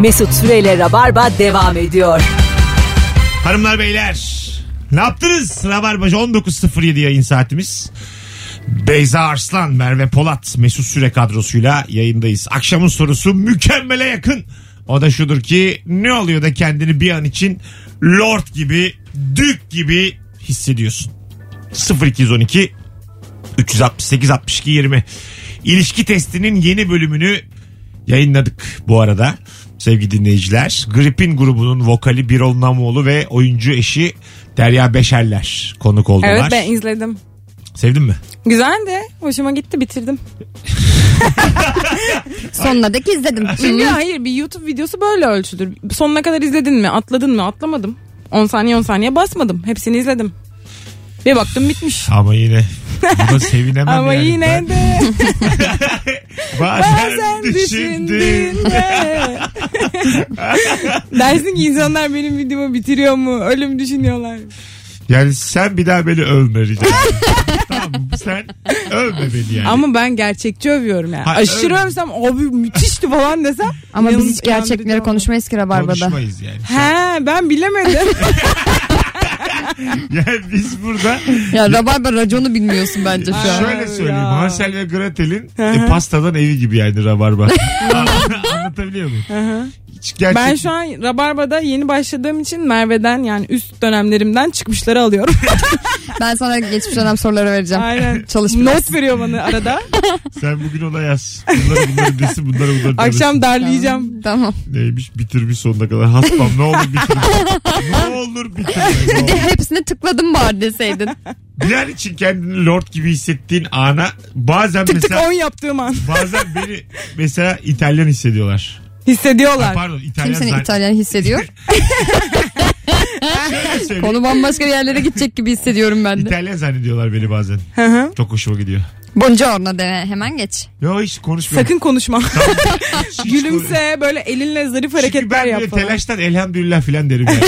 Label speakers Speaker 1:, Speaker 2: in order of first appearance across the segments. Speaker 1: Mesut Süreyle Rabarba devam ediyor.
Speaker 2: Hanımlar beyler ne yaptınız? Rabarbacı 19.07 yayın saatimiz. Beyza Arslan, Merve Polat, Mesut Süre kadrosuyla yayındayız. Akşamın sorusu mükemmele yakın. O da şudur ki ne oluyor da kendini bir an için lord gibi, dük gibi hissediyorsun. 0212 368 62 20 İlişki testinin yeni bölümünü yayınladık bu arada sevgili dinleyiciler. Grip'in grubunun vokali Birol Namoğlu ve oyuncu eşi Derya Beşerler konuk oldular.
Speaker 3: Evet ben izledim.
Speaker 2: Sevdin mi?
Speaker 3: Güzeldi. Hoşuma gitti bitirdim.
Speaker 4: Sonuna dek izledim.
Speaker 3: Çünkü hayır bir YouTube videosu böyle ölçülür. Sonuna kadar izledin mi? Atladın mı? Atlamadım. 10 saniye 10 saniye basmadım. Hepsini izledim. Bir baktım bitmiş.
Speaker 2: Ama yine buna sevinemem
Speaker 3: Ama
Speaker 2: yani.
Speaker 3: yine
Speaker 2: Ben
Speaker 3: de
Speaker 2: bazen,
Speaker 3: bazen
Speaker 2: düşündüm.
Speaker 3: düşündün de. Dersin ki insanlar benim videomu bitiriyor mu? Ölüm düşünüyorlar.
Speaker 2: Yani sen bir daha beni övme rica ederim. tamam mı? sen övme beni yani.
Speaker 3: Ama ben gerçekçi övüyorum yani.
Speaker 2: Ha,
Speaker 3: Aşırı
Speaker 2: öyle.
Speaker 3: övsem abi müthişti falan desem.
Speaker 4: Ama biz
Speaker 3: inanın-
Speaker 4: hiç gerçekleri
Speaker 3: inandırıcı
Speaker 4: konuşmayız ki Rabarba'da.
Speaker 2: Konuşmayız yani.
Speaker 3: olmaz. He ben bilemedim.
Speaker 2: Yani biz burada
Speaker 4: Ya Rabarba raconu bilmiyorsun bence şu an.
Speaker 2: şöyle söyleyeyim.
Speaker 3: ya.
Speaker 2: Hansel ve Gretel'in e, pastadan evi gibi yani rabarba. Anlatabiliyor muyum? Hiç gerçek...
Speaker 3: ben şu an Rabarba'da yeni başladığım için Merve'den yani üst dönemlerimden çıkmışları alıyorum.
Speaker 4: Ben sana geçmiş dönem soruları vereceğim.
Speaker 3: Aynen.
Speaker 4: Çalış biraz.
Speaker 3: Not veriyor bana arada.
Speaker 2: Sen bugün ona yaz. Bunları bunları desin bunları bunları desin.
Speaker 3: Akşam darlayacağım.
Speaker 4: Tamam.
Speaker 2: Neymiş bitirmiş sonuna kadar. Haspam ne olur bitirme. ne olur bitirme.
Speaker 4: Bir de hepsine tıkladım bari deseydin.
Speaker 2: Bir an için kendini lord gibi hissettiğin ana bazen
Speaker 3: Tık tık
Speaker 2: mesela
Speaker 3: 10 yaptığım an.
Speaker 2: bazen beni mesela İtalyan hissediyorlar. Ay,
Speaker 3: Hissediyorlar.
Speaker 2: pardon İtalyan
Speaker 4: Kimsenin
Speaker 2: zan-
Speaker 4: İtalyan hissediyor.
Speaker 2: Şöyle söyleyeyim,
Speaker 4: Konu bambaşka bir yerlere gidecek gibi hissediyorum ben de.
Speaker 2: İtalyan zannediyorlar beni bazen.
Speaker 3: Hı hı.
Speaker 2: Çok hoşuma gidiyor.
Speaker 4: Buongiorno de hemen geç.
Speaker 2: Yo hiç konuşmuyorum.
Speaker 3: Sakın konuşma.
Speaker 2: Hiç- hiç konuş-
Speaker 3: Gülümse böyle elinle zarif
Speaker 2: Çünkü
Speaker 3: hareketler
Speaker 2: ben
Speaker 3: yap
Speaker 2: böyle
Speaker 3: falan.
Speaker 2: telaştan elhamdülillah filan derim yani.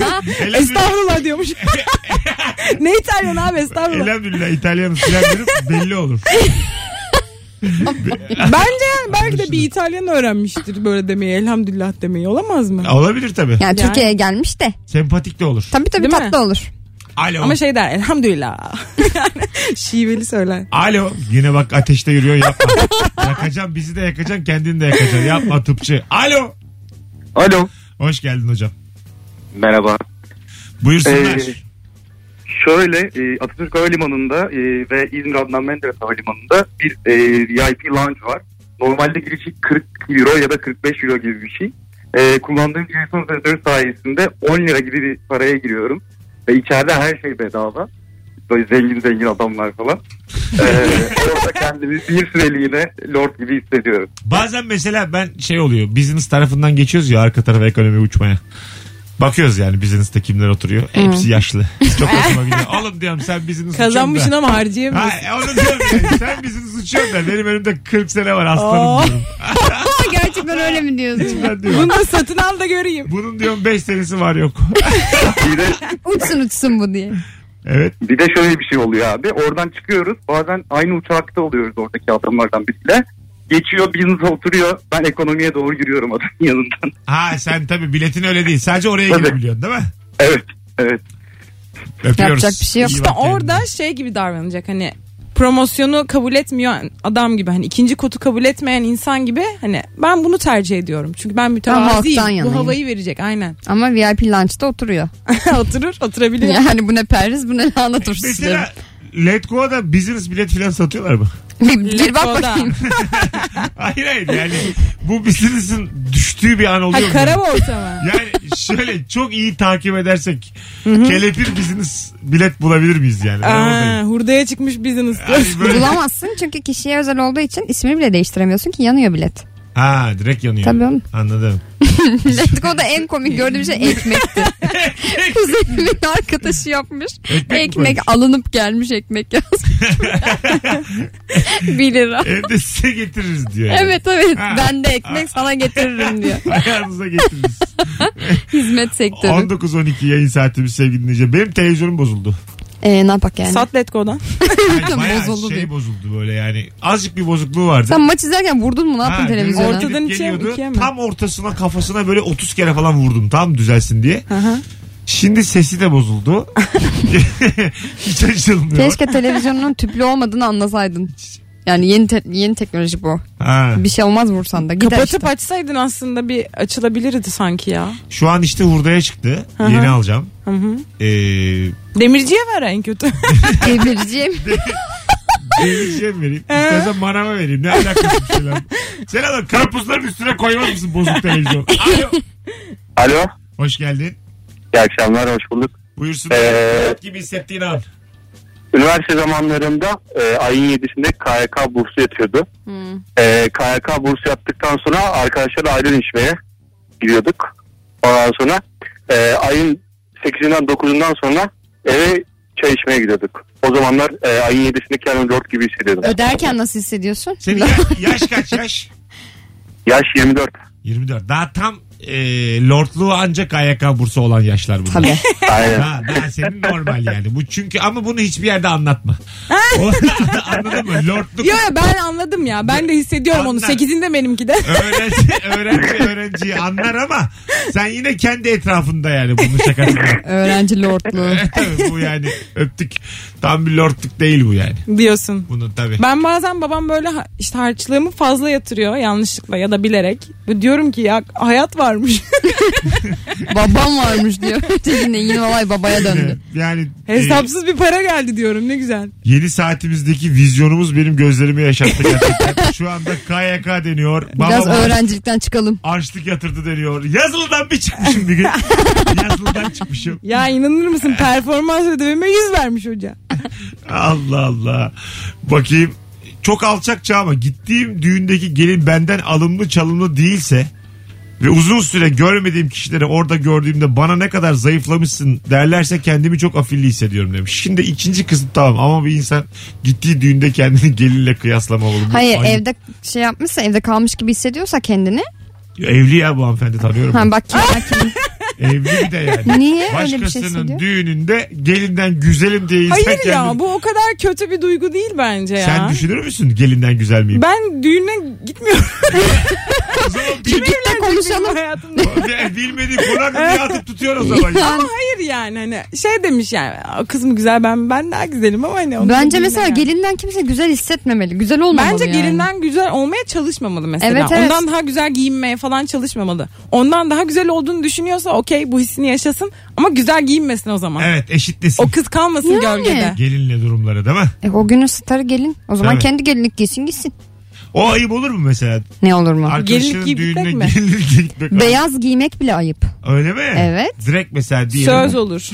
Speaker 2: Ben- elhamdülillah,
Speaker 3: Estağfurullah diyormuş. ne İtalyan abi estağfurullah.
Speaker 2: elhamdülillah İtalyanız filan derim belli olur.
Speaker 3: Bence yani belki de
Speaker 2: Anlaşıldı.
Speaker 3: bir İtalyan öğrenmiştir böyle demeyi. Elhamdülillah demeyi olamaz mı?
Speaker 2: Olabilir tabii.
Speaker 4: Yani,
Speaker 3: Yani.
Speaker 4: Türkiye'ye gelmiş de.
Speaker 2: Sempatik de olur.
Speaker 4: Tabii tabii
Speaker 3: Değil mi?
Speaker 4: tatlı olur.
Speaker 2: Alo.
Speaker 3: Ama şey der elhamdülillah. Yani Şiveli söyler.
Speaker 2: Alo. Yine bak ateşte yürüyor yapma. yakacaksın bizi de yakacaksın kendini de yakacaksın. Yapma tıpçı. Alo.
Speaker 5: Alo.
Speaker 2: Hoş geldin hocam.
Speaker 5: Merhaba.
Speaker 2: Buyursunlar.
Speaker 5: Ee, Şöyle e, Atatürk Havalimanı'nda e, ve İzmir Adnan Menderes Havalimanı'nda bir e, VIP lounge var. Normalde girişi 40 euro ya da 45 euro gibi bir şey. E, kullandığım telefon operatörü sayesinde 10 lira gibi bir paraya giriyorum. Ve içeride her şey bedava. Böyle zengin zengin adamlar falan. E, orada kendimi bir süreliğine lord gibi hissediyorum.
Speaker 2: Bazen mesela ben şey oluyor. Business tarafından geçiyoruz ya arka tarafa ekonomi uçmaya. Bakıyoruz yani business'ta kimler oturuyor. Hepsi yaşlı. Çok hoşuma gidiyor. Oğlum diyorum sen business uçuyorsun
Speaker 3: Kazanmışsın
Speaker 2: da.
Speaker 3: ama harcayamıyorsun.
Speaker 2: Ha, e, onu diyorum yani. Sen business uçuyorsun da benim önümde 40 sene var aslanım
Speaker 3: Oo.
Speaker 2: diyorum.
Speaker 4: Gerçekten öyle mi diyorsun?
Speaker 2: Ben diyorum.
Speaker 3: Bunu da satın al da göreyim.
Speaker 2: Bunun diyorum 5 senesi var yok.
Speaker 5: Bir de
Speaker 4: Uçsun uçsun bu diye.
Speaker 2: evet.
Speaker 5: Bir de şöyle bir şey oluyor abi. Oradan çıkıyoruz. Bazen aynı uçakta oluyoruz oradaki adamlardan biriyle. Geçiyor birinize oturuyor. Ben ekonomiye doğru giriyorum adamın yanından.
Speaker 2: Ha sen tabii biletin öyle değil. Sadece oraya
Speaker 5: Tabii.
Speaker 2: girebiliyorsun değil mi?
Speaker 5: Evet. Evet.
Speaker 2: Öpüyoruz.
Speaker 4: Yapacak bir şey yok.
Speaker 2: İyi
Speaker 3: İşte
Speaker 2: bak kendine.
Speaker 3: orada şey gibi davranacak hani promosyonu kabul etmiyor adam gibi hani ikinci kotu kabul etmeyen insan gibi hani ben bunu tercih ediyorum. Çünkü ben mütevazıyım.
Speaker 4: halktan yanayım.
Speaker 3: Bu havayı verecek aynen.
Speaker 4: Ama VIP lunch'ta oturuyor.
Speaker 3: Oturur oturabilir.
Speaker 4: Yani bu ne periz bu ne lahana turşusu.
Speaker 2: Mesela Let Go'da business bilet falan satıyorlar mı?
Speaker 4: Bir, bir bak
Speaker 3: Lego'da.
Speaker 4: bakayım.
Speaker 2: hayır hayır yani bu business'ın düştüğü bir an oluyor.
Speaker 3: Ha
Speaker 2: mu?
Speaker 3: kara borsa mı?
Speaker 2: Yani şöyle çok iyi takip edersek kelepir biziniz bilet bulabilir miyiz yani? Ben
Speaker 3: Aa,
Speaker 2: oradayım.
Speaker 3: hurdaya çıkmış business.
Speaker 2: Yani böyle-
Speaker 4: Bulamazsın çünkü kişiye özel olduğu için ismini bile değiştiremiyorsun ki yanıyor bilet.
Speaker 2: ha direkt yanıyor.
Speaker 4: Tabii oğlum.
Speaker 2: Anladım.
Speaker 4: Letgo'da en komik gördüğüm şey ekmekti. Kuzenimin arkadaşı yapmış.
Speaker 2: Ekmek mi
Speaker 4: Ekmek,
Speaker 2: koymuş?
Speaker 4: alınıp gelmiş ekmek yazmış. 1 lira.
Speaker 2: Evde size getiririz diyor. yani.
Speaker 4: Evet evet
Speaker 2: Ha.
Speaker 4: ben de ekmek sana getiririm diyor.
Speaker 2: Ayağınıza getiririz.
Speaker 4: Hizmet sektörü.
Speaker 2: 19-12 yayın saatimiz sevgili dinleyiciler. Benim televizyonum bozuldu.
Speaker 4: Ee, ne yapak yani?
Speaker 3: Sat Letgo'dan.
Speaker 2: Yani bayağı
Speaker 4: Bozuldu
Speaker 2: şey
Speaker 4: diyor.
Speaker 2: bozuldu böyle yani. Azıcık bir bozukluğu vardı.
Speaker 4: Sen maç izlerken vurdun mu? Ne yaptın
Speaker 2: Ha,
Speaker 4: televizyona?
Speaker 2: gözüm
Speaker 3: Orta- Ortadan
Speaker 2: gidip
Speaker 3: içe,
Speaker 2: geliyordu.
Speaker 3: ikiye mi?
Speaker 2: Tam ortasına kafasına böyle 30 kere falan vurdum tam düzelsin diye. Şimdi sesi de bozuldu. Hiç açılmıyor.
Speaker 4: Keşke televizyonun tüplü olmadığını anlasaydın. Yani yeni te- yeni teknoloji bu.
Speaker 2: Ha.
Speaker 4: Bir şey olmaz vursan da. Gider
Speaker 3: Kapatıp
Speaker 4: işte.
Speaker 3: açsaydın aslında bir açılabilirdi sanki ya.
Speaker 2: Şu an işte hurdaya çıktı.
Speaker 3: Aha.
Speaker 2: Yeni alacağım.
Speaker 3: Hı hı.
Speaker 2: Ee,
Speaker 3: Demirciye ver en kötü.
Speaker 4: Demirciyim.
Speaker 2: Demirciye mi şey vereyim?
Speaker 3: Ee?
Speaker 2: İstersen manava vereyim. Ne alakası bir şeyler. Sen adam karpuzların üstüne koymaz mısın bozuk televizyon? Alo.
Speaker 5: Alo.
Speaker 2: Hoş geldin.
Speaker 5: İyi akşamlar, hoş bulduk.
Speaker 2: Buyursun.
Speaker 5: Ee,
Speaker 2: Rahat gibi hissettiğin an.
Speaker 5: Üniversite zamanlarında e, ayın 7'sinde KYK bursu yatıyordu. E, KYK bursu yattıktan sonra arkadaşlarla ayran içmeye gidiyorduk. Ondan sonra e, ayın 8'inden 9'undan sonra eve çay içmeye gidiyorduk. O zamanlar e, ayın 7'sinde kendimi lord gibi hissediyordum.
Speaker 4: Öderken nasıl hissediyorsun?
Speaker 2: Senin ya- yaş kaç yaş?
Speaker 5: Yaş 24.
Speaker 2: 24. Daha tam e, lordluğu ancak AYK bursu olan yaşlar bunlar.
Speaker 4: Tabii.
Speaker 5: Aynen.
Speaker 2: Ha, daha senin normal yani. Bu çünkü ama bunu hiçbir yerde anlatma. O- Anladın mı? Lordluk
Speaker 3: Yo yo, ben anladım ya. Ben de hissediyorum onu.
Speaker 2: Anlar.
Speaker 3: Sekizinde benimki de.
Speaker 2: öğrenci, öğrenci öğrenciyi anlar ama sen yine kendi etrafında yani bunun şakasını.
Speaker 4: Öğrenci lordluğu.
Speaker 2: bu yani öptük. Tam bir lordluk değil bu yani.
Speaker 3: Diyorsun.
Speaker 2: Bunun tabii.
Speaker 3: Ben bazen babam böyle ha- işte harçlığımı fazla yatırıyor yanlışlıkla ya da bilerek. Ve Diyorum ki ya hayat varmış.
Speaker 4: Babam varmış diyor. yine yine olay babaya döndü.
Speaker 2: Ee, Yani e,
Speaker 3: Hesapsız bir para geldi diyorum ne güzel.
Speaker 2: yeni saatimizdeki vizyonumuz benim gözlerimi yaşattı gerçekten. Şu anda KYK deniyor.
Speaker 4: Biraz
Speaker 2: Babam
Speaker 4: öğrencilikten çıkalım.
Speaker 2: Açlık yatırdı deniyor. Yazılıdan bir çıkmışım bir gün. Yazılıdan çıkmışım.
Speaker 3: Ya inanır mısın performans ödevime yüz vermiş hoca.
Speaker 2: Allah Allah. Bakayım. Çok alçakça ama gittiğim düğündeki gelin benden alımlı çalımlı değilse ve uzun süre görmediğim kişileri orada gördüğümde bana ne kadar zayıflamışsın derlerse kendimi çok afilli hissediyorum demiş. Şimdi ikinci kısım tamam ama bir insan gittiği düğünde kendini gelinle kıyaslamamalı. Bu
Speaker 4: Hayır
Speaker 2: ayıp.
Speaker 4: evde şey yapmışsa evde kalmış gibi hissediyorsa kendini.
Speaker 2: Evli ya bu hanımefendi tanıyorum.
Speaker 4: Ha bak kim bak kim.
Speaker 2: Evli bir de yani.
Speaker 4: Niye öyle bir şey
Speaker 2: Başkasının
Speaker 4: hissediyor?
Speaker 2: düğününde gelinden güzelim diye insan
Speaker 3: Hayır ya
Speaker 2: kendini-
Speaker 3: bu o kadar kötü bir duygu değil bence ya.
Speaker 2: Sen düşünür müsün gelinden güzel miyim?
Speaker 3: ben düğüne gitmiyorum.
Speaker 2: O zaman bil-
Speaker 4: Gidip de
Speaker 3: Benim
Speaker 4: konuşalım.
Speaker 3: hayatımda.
Speaker 2: bilmediği konak diye atıp tutuyor o zaman.
Speaker 3: Ama hayır yani hani şey demiş yani "Aa, kız mı güzel ben ben daha güzelim ama hani onun
Speaker 4: Bence
Speaker 3: düğüne
Speaker 4: mesela
Speaker 3: yani.
Speaker 4: gelinden kimse güzel hissetmemeli. Güzel olmamalı
Speaker 3: Bence
Speaker 4: yani.
Speaker 3: gelinden güzel olmaya çalışmamalı mesela.
Speaker 4: Evet, evet.
Speaker 3: Ondan daha güzel giyinmeye falan çalışmamalı. Ondan daha güzel olduğunu düşünüyorsa okey bu hissini yaşasın ama güzel giyinmesin o zaman.
Speaker 2: Evet eşitlesin.
Speaker 3: O kız kalmasın
Speaker 4: Yani.
Speaker 3: gölgede.
Speaker 2: Gelinle durumları değil mi?
Speaker 4: E, o günün starı gelin. O zaman
Speaker 2: Tabii.
Speaker 4: kendi gelinlik giysin gitsin.
Speaker 2: O ayıp olur mu mesela?
Speaker 4: Ne olur mu?
Speaker 2: Arkadaşının
Speaker 3: giyip
Speaker 2: düğününe
Speaker 3: gitmek mi?
Speaker 2: gelinlik giyip gitmek.
Speaker 4: Beyaz giymek bile ayıp.
Speaker 2: Öyle mi?
Speaker 4: Evet.
Speaker 2: Direkt mesela diyelim.
Speaker 3: Söz olur.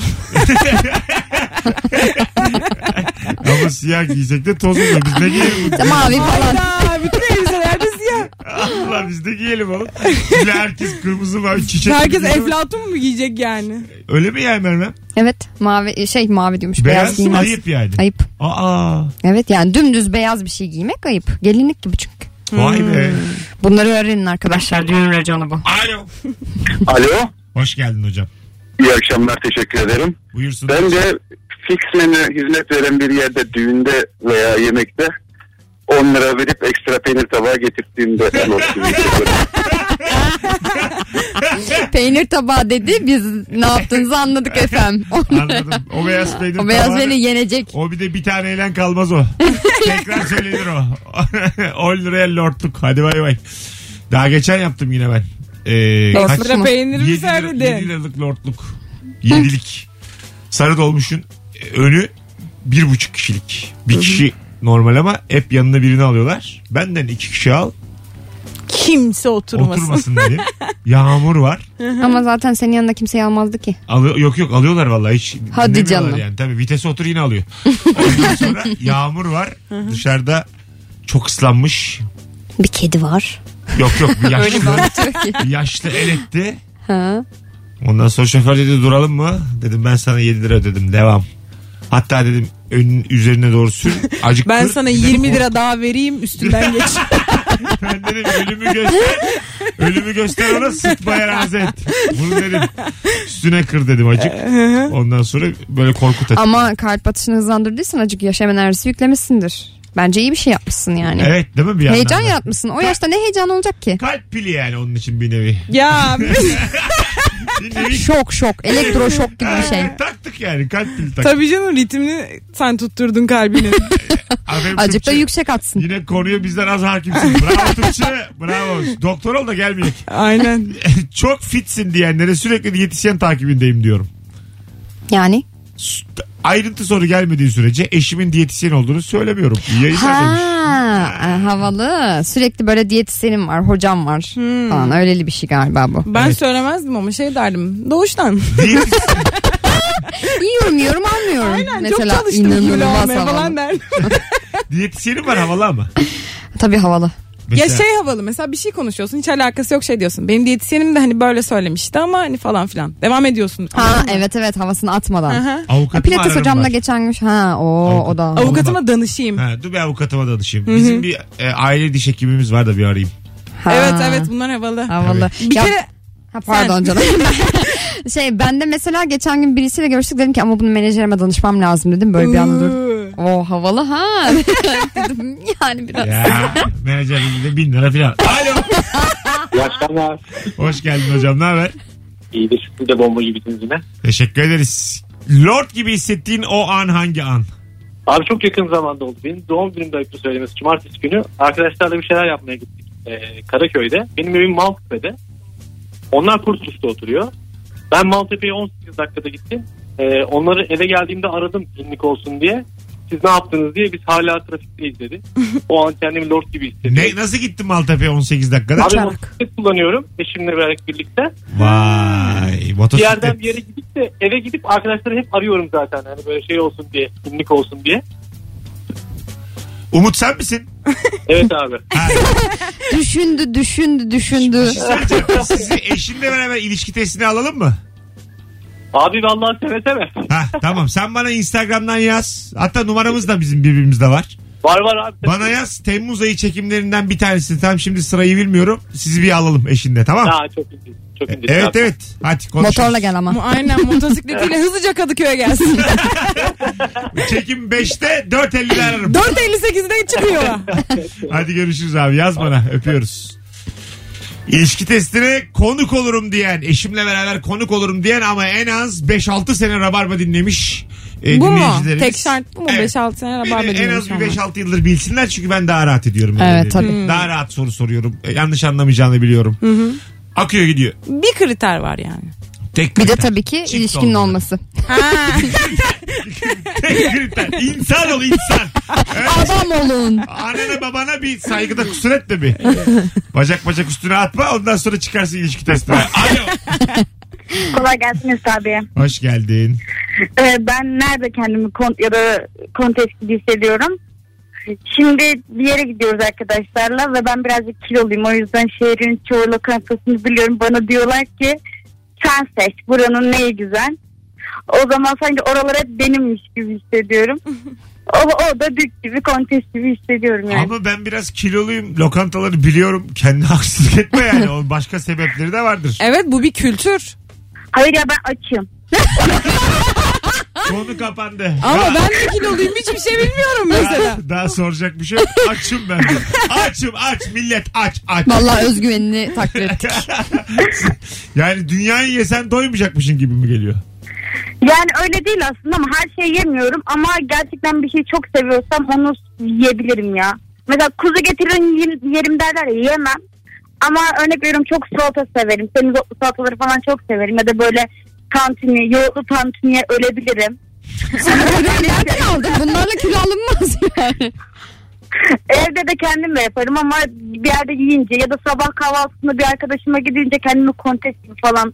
Speaker 2: Ama siyah giysek de toz olur. Biz de giyelim.
Speaker 4: İşte mavi falan.
Speaker 3: Hayda bütün elbiselerde siyah.
Speaker 2: Allah biz de giyelim oğlum. Şimdi herkes kırmızı mavi çiçek.
Speaker 3: Herkes
Speaker 2: giyiyor.
Speaker 3: Eflatun mu giyecek yani?
Speaker 2: Öyle mi yani Merve?
Speaker 4: Evet mavi şey mavi diyormuş. Beyaz,
Speaker 2: Beyaz
Speaker 4: giymez.
Speaker 2: ayıp yani.
Speaker 4: Ayıp.
Speaker 2: Aa.
Speaker 4: Evet yani dümdüz beyaz bir şey giymek ayıp. Gelinlik gibi çünkü.
Speaker 2: Vay
Speaker 4: Hmm.
Speaker 2: be.
Speaker 4: Bunları öğrenin arkadaşlar. Düğün raconu bu.
Speaker 2: Alo.
Speaker 5: Alo.
Speaker 2: Hoş geldin hocam.
Speaker 5: İyi akşamlar teşekkür ederim.
Speaker 2: Buyursun.
Speaker 5: Ben de fix menü hizmet veren bir yerde düğünde veya yemekte 10 lira verip ekstra peynir tabağı getirdiğimde lord gibi hissediyorum.
Speaker 4: Peynir tabağı dedi biz ne yaptığınızı anladık efendim.
Speaker 2: Anladım. O beyaz peynir
Speaker 4: o beyaz
Speaker 2: tabağı-
Speaker 4: beni yenecek.
Speaker 2: O bir de bir taneyle kalmaz o. Tekrar söylenir o. 10 liraya lordluk. Hadi bay bay. Daha geçen yaptım yine ben. Ee,
Speaker 3: Dostlara
Speaker 2: kaç-
Speaker 3: Sıra peyniri
Speaker 2: Yedi
Speaker 3: mi
Speaker 2: lira- yedi
Speaker 3: serpildin?
Speaker 2: liralık lordluk. Yedilik. Sarı dolmuşun e, önü bir buçuk kişilik. Bir kişi normal ama hep yanına birini alıyorlar. Benden iki kişi al
Speaker 3: Kimse oturmasın.
Speaker 2: oturmasın diye. Yağmur var.
Speaker 4: Ama zaten senin yanında kimseyi almazdı ki.
Speaker 2: Alıyor, yok yok alıyorlar vallahi hiç.
Speaker 4: Hadi
Speaker 2: dinlemiyorlar
Speaker 4: canım.
Speaker 2: Yani. Tabii vitese otur yine alıyor. Ondan sonra yağmur var. Dışarıda çok ıslanmış.
Speaker 4: Bir kedi var.
Speaker 2: Yok yok bir yaşlı,
Speaker 4: Çok iyi.
Speaker 2: bir yaşlı el etti.
Speaker 4: Ha.
Speaker 2: Ondan sonra şoför dedi duralım mı? Dedim ben sana 7 lira ödedim devam. Hatta dedim önün üzerine doğru sür. Acıktır.
Speaker 3: Ben sana
Speaker 2: Bir de
Speaker 3: 20 lira daha vereyim üstünden geç.
Speaker 2: ben "Oh, dedim ölümü göster. Ölümü göster ona sıtmaya razı et. Bunu dedim. Üstüne kır dedim acık. Ondan sonra böyle korkut et.
Speaker 4: Ama kalp atışını hızlandırdıysan acık yaşam enerjisi yüklemişsindir. Bence iyi bir şey yapmışsın yani.
Speaker 2: Evet değil mi bir yandan?
Speaker 4: Heyecan
Speaker 2: da?
Speaker 4: yaratmışsın. O yaşta ne heyecan olacak ki?
Speaker 2: Kalp pili yani onun için bir nevi.
Speaker 3: Ya
Speaker 2: Bir nevi
Speaker 4: Şok şok. Elektroşok gibi bir şey.
Speaker 2: Ha, taktık yani kalp pili taktık.
Speaker 3: tabii canım ritmini sen tutturdun kalbini.
Speaker 2: Aferin
Speaker 4: Acık da
Speaker 2: Tuğçe.
Speaker 4: yüksek atsın.
Speaker 2: Yine konuya bizden az hakimsin. Bravo Tuğçe. Bravo. Doktor ol da gelmeyek.
Speaker 3: Aynen.
Speaker 2: Çok fitsin diyenlere sürekli diyetisyen takibindeyim diyorum.
Speaker 4: Yani.
Speaker 2: Ayrıntı soru gelmediği sürece eşimin diyetisyen olduğunu söylemiyorum. İyi Yayınlar
Speaker 4: Ha,
Speaker 2: demiş.
Speaker 4: e, havalı. Sürekli böyle diyetisyenim var, hocam var
Speaker 3: Hmm.
Speaker 4: falan. Öyleli bir şey galiba bu.
Speaker 3: Ben
Speaker 2: Evet.
Speaker 3: söylemezdim ama şey derdim. Doğuştan.
Speaker 2: Diyetis-
Speaker 4: Yiyorum, yiyorum, almıyorum.
Speaker 3: Aynen
Speaker 4: Mesela
Speaker 3: çok çalıştım kilo
Speaker 4: inanılmaz
Speaker 3: almaya
Speaker 4: havalı.
Speaker 3: falan derdim.
Speaker 2: diyetisyenim var havalı ama.
Speaker 4: Tabii havalı.
Speaker 2: Mesela,
Speaker 3: Ya şey havalı mesela bir şey konuşuyorsun hiç alakası yok şey diyorsun. Benim diyetisyenim de hani böyle söylemişti ama hani falan filan. Devam ediyorsun.
Speaker 4: Ha evet evet havasını atmadan.
Speaker 3: Aha.
Speaker 4: Ha,
Speaker 2: avukatım
Speaker 4: Pilates
Speaker 2: ararım
Speaker 4: hocamla
Speaker 2: var.
Speaker 4: geçen gün ha o o da.
Speaker 3: Avukatıma danışayım.
Speaker 2: Ha, dur bir avukatıma danışayım. Bizim bir e, aile diş hekimimiz var da bir arayayım.
Speaker 4: Ha,
Speaker 3: Evet evet bunlar havalı.
Speaker 4: Havalı.
Speaker 3: Bir
Speaker 4: Ya-
Speaker 3: kere
Speaker 4: Ha, pardon canım. şey ben de mesela geçen gün birisiyle görüştük dedim ki ama bunu menajerime danışmam lazım dedim. Böyle bir anda durdum.
Speaker 3: Iıı.
Speaker 4: O havalı ha. dedim yani biraz.
Speaker 2: Ya menajerim de bin lira filan. Alo.
Speaker 6: İyi akşamlar.
Speaker 2: Hoş geldin hocam ne haber?
Speaker 6: İyidir. Siz de bomba gibisiniz yine.
Speaker 2: Teşekkür ederiz. Lord gibi hissettiğin o an hangi an?
Speaker 6: Abi çok yakın zamanda oldu. Benim doğum günümde ayıptır söylemesi. Cumartesi günü arkadaşlarla bir şeyler yapmaya gittik. Ee, Karaköy'de. Benim evim Maltepe'de. Onlar Kurtuluş'ta oturuyor. Ben Maltepe'ye 18 dakikada gittim. Ee, onları eve geldiğimde aradım inlik olsun diye. Siz ne yaptınız diye biz hala trafikteyiz dedi. O an kendimi lord gibi hissettim.
Speaker 2: Ne, nasıl gittin Maltepe'ye 18 dakikada?
Speaker 6: Abi
Speaker 3: Uçarak.
Speaker 6: motosiklet kullanıyorum eşimle beraber- birlikte.
Speaker 2: Vay
Speaker 6: bir yerden
Speaker 2: motosiklet.
Speaker 6: bir yere gidip de eve gidip arkadaşları hep arıyorum zaten. Hani böyle şey olsun diye, kimlik olsun diye.
Speaker 2: Umut sen misin?
Speaker 6: Evet abi.
Speaker 4: Düşündü düşündü düşündü.
Speaker 2: şey Söyleyeceğim. Sizi eşinle beraber ilişki testine alalım mı?
Speaker 6: Abi vallahi seve seve.
Speaker 2: Ha tamam sen bana Instagram'dan yaz. Hatta numaramız da bizim birbirimizde var.
Speaker 6: Var var abi.
Speaker 2: Bana yaz Temmuz ayı çekimlerinden bir tanesini. Tam şimdi sırayı bilmiyorum. Sizi bir alalım eşinle tamam?
Speaker 6: Ha, çok iyi. Çok iyi.
Speaker 2: Evet
Speaker 6: Abi.
Speaker 2: evet. Hadi konuşuruz.
Speaker 4: Motorla gel ama.
Speaker 3: Mu- Aynen motosikletiyle hızlıca Kadıköy'e gelsin.
Speaker 2: Çekim 5'te 4.50'de ararım.
Speaker 3: 4.58'de çıkıyor.
Speaker 2: Hadi görüşürüz abi yaz bana öpüyoruz. İlişki testine konuk olurum diyen, eşimle beraber konuk olurum diyen ama en az 5-6 sene Rabarba dinlemiş e,
Speaker 3: bu mu?
Speaker 2: dinleyicilerimiz.
Speaker 3: Tek şart bu mu?
Speaker 2: Evet.
Speaker 3: 5-6 sene
Speaker 2: Beni
Speaker 3: rabarba
Speaker 2: en az bir
Speaker 3: dinliyoruz
Speaker 2: 5-6 yıldır bilsinler çünkü ben daha rahat ediyorum.
Speaker 4: Evet,
Speaker 2: öyle
Speaker 4: tabii.
Speaker 2: dediğim.
Speaker 3: Hmm.
Speaker 2: Daha rahat soru soruyorum. E, yanlış anlamayacağını biliyorum. Akıyor gidiyor.
Speaker 3: ama. Bir kriter var yani.
Speaker 2: Tek
Speaker 4: Bir de
Speaker 2: kriter.
Speaker 4: tabii ki
Speaker 2: Çift
Speaker 4: ilişkinin
Speaker 2: olmalı.
Speaker 4: olması.
Speaker 3: Ha.
Speaker 2: Tek kriter. İnsan ol insan.
Speaker 4: Adam olun.
Speaker 2: Annene babana bir saygıda kusur etme bir. Bacak bacak üstüne atma ondan sonra çıkarsın ilişki testine. Alo.
Speaker 7: Kolay gelsin Mesut abi.
Speaker 2: Hoş geldin.
Speaker 7: Ee, ben nerede kendimi kont ya da kontekst gibi hissediyorum. Şimdi bir yere gidiyoruz arkadaşlarla ve ben birazcık kiloluyum. O yüzden şehrin çoğu lokantasını biliyorum. Bana diyorlar ki sen seç buranın neyi güzel. O zaman sanki oralar hep benimmiş gibi hissediyorum. o, o da dük gibi kontest gibi hissediyorum yani.
Speaker 2: Ama ben biraz kiloluyum. Lokantaları biliyorum. Kendine haksızlık etme yani. O başka sebepleri de vardır.
Speaker 3: evet bu bir kültür.
Speaker 7: Hayır ya ben açım.
Speaker 2: Konu kapandı.
Speaker 3: Ama ben de kiloluyum hiçbir şey bilmiyorum mesela.
Speaker 2: Daha, daha soracak bir şey yok. Açım ben. de. Açım aç millet aç aç.
Speaker 4: Vallahi özgüvenini takdir ettik.
Speaker 2: Yani dünyayı yesen doymayacakmışın gibi mi geliyor?
Speaker 7: Yani öyle değil aslında ama her şeyi yemiyorum ama gerçekten bir şeyi çok seviyorsam onu yiyebilirim ya. Mesela kuzu getirin yiyeyim- yerim derler ya yemem. Ama örnek veriyorum çok salata severim. Temiz salataları falan çok severim. Ya da böyle tantuni, yoğurtlu tantuniye ölebilirim.
Speaker 4: Nereden aldın? Bunlarla kilo alınmaz yani.
Speaker 7: Evde de kendim de yaparım ama bir yerde yiyince ya da sabah kahvaltısında bir arkadaşıma gidince kendimi kontes gibi falan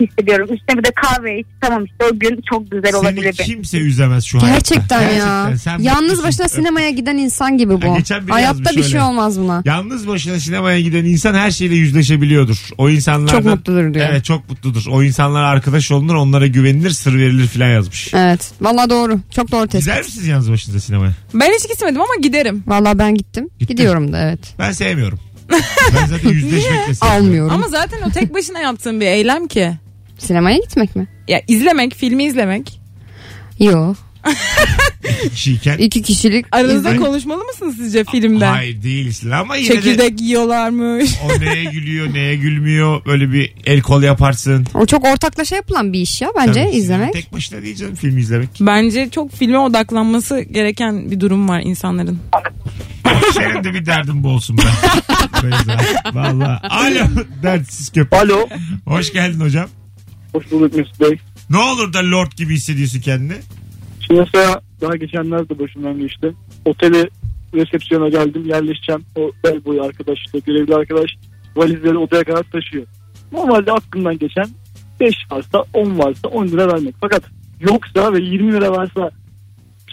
Speaker 7: hissediyorum. Üstüne bir de kahve iç. Tamam işte o gün çok güzel
Speaker 2: Seni
Speaker 7: olabilir.
Speaker 2: kimse üzemez şu hayatta.
Speaker 4: Gerçekten ya.
Speaker 2: sen
Speaker 4: Yalnız
Speaker 2: mutlusun.
Speaker 4: başına sinemaya giden insan gibi
Speaker 2: Ya
Speaker 4: bu.
Speaker 2: geçen biri
Speaker 4: Hayatta
Speaker 2: yazmış
Speaker 4: bir şey
Speaker 2: öyle.
Speaker 4: olmaz buna.
Speaker 2: Yalnız başına sinemaya giden insan her şeyle yüzleşebiliyordur. O insanlardan
Speaker 4: Çok mutludur diyor.
Speaker 2: Evet çok mutludur. O insanlara arkadaş olunur, onlara güvenilir, sır verilir filan yazmış.
Speaker 4: Evet. Vallahi doğru. Çok doğru tespit.
Speaker 2: Gider misiniz yalnız başınıza sinemaya?
Speaker 3: Ben hiç gitmedim ama giderim.
Speaker 4: Vallahi ben gittim.
Speaker 2: Gittin.
Speaker 4: Gidiyorum da evet.
Speaker 2: Ben sevmiyorum. Ben zaten yüzleşmekle seviyorum.
Speaker 4: Almıyorum.
Speaker 3: Ama zaten o tek başına yaptığın bir eylem ki.
Speaker 4: Sinemaya gitmek mi?
Speaker 3: Ya izlemek, filmi izlemek.
Speaker 4: Yok.
Speaker 2: Kişiyken.
Speaker 4: İki kişilik.
Speaker 3: Aranızda
Speaker 4: izin.
Speaker 3: konuşmalı mısınız sizce filmden?
Speaker 2: Hayır değilsin ama yine de
Speaker 3: Çekirdek yiyorlarmış.
Speaker 2: o neye gülüyor neye gülmüyor böyle bir el kol yaparsın.
Speaker 4: O çok ortaklaşa yapılan bir iş ya bence
Speaker 2: Tabii,
Speaker 4: izlemek.
Speaker 2: Tek başına değil canım film izlemek.
Speaker 3: Bence çok filme odaklanması gereken bir durum var insanların.
Speaker 2: Senin de bir derdin bu olsun be. Beyza. Valla. Alo dertsiz köpek.
Speaker 8: Alo.
Speaker 2: Hoş geldin hocam.
Speaker 8: Hoş bulduk Mesut Bey.
Speaker 2: Ne olur da lord gibi hissediyorsun kendini.
Speaker 8: Şimdi mesela daha geçenlerde başımdan geçti. Otele resepsiyona geldim yerleşeceğim. O bel boyu arkadaş işte görevli arkadaş valizleri odaya kadar taşıyor. Normalde aklımdan geçen 5 varsa 10 varsa 10 lira vermek. Fakat yoksa ve 20 lira varsa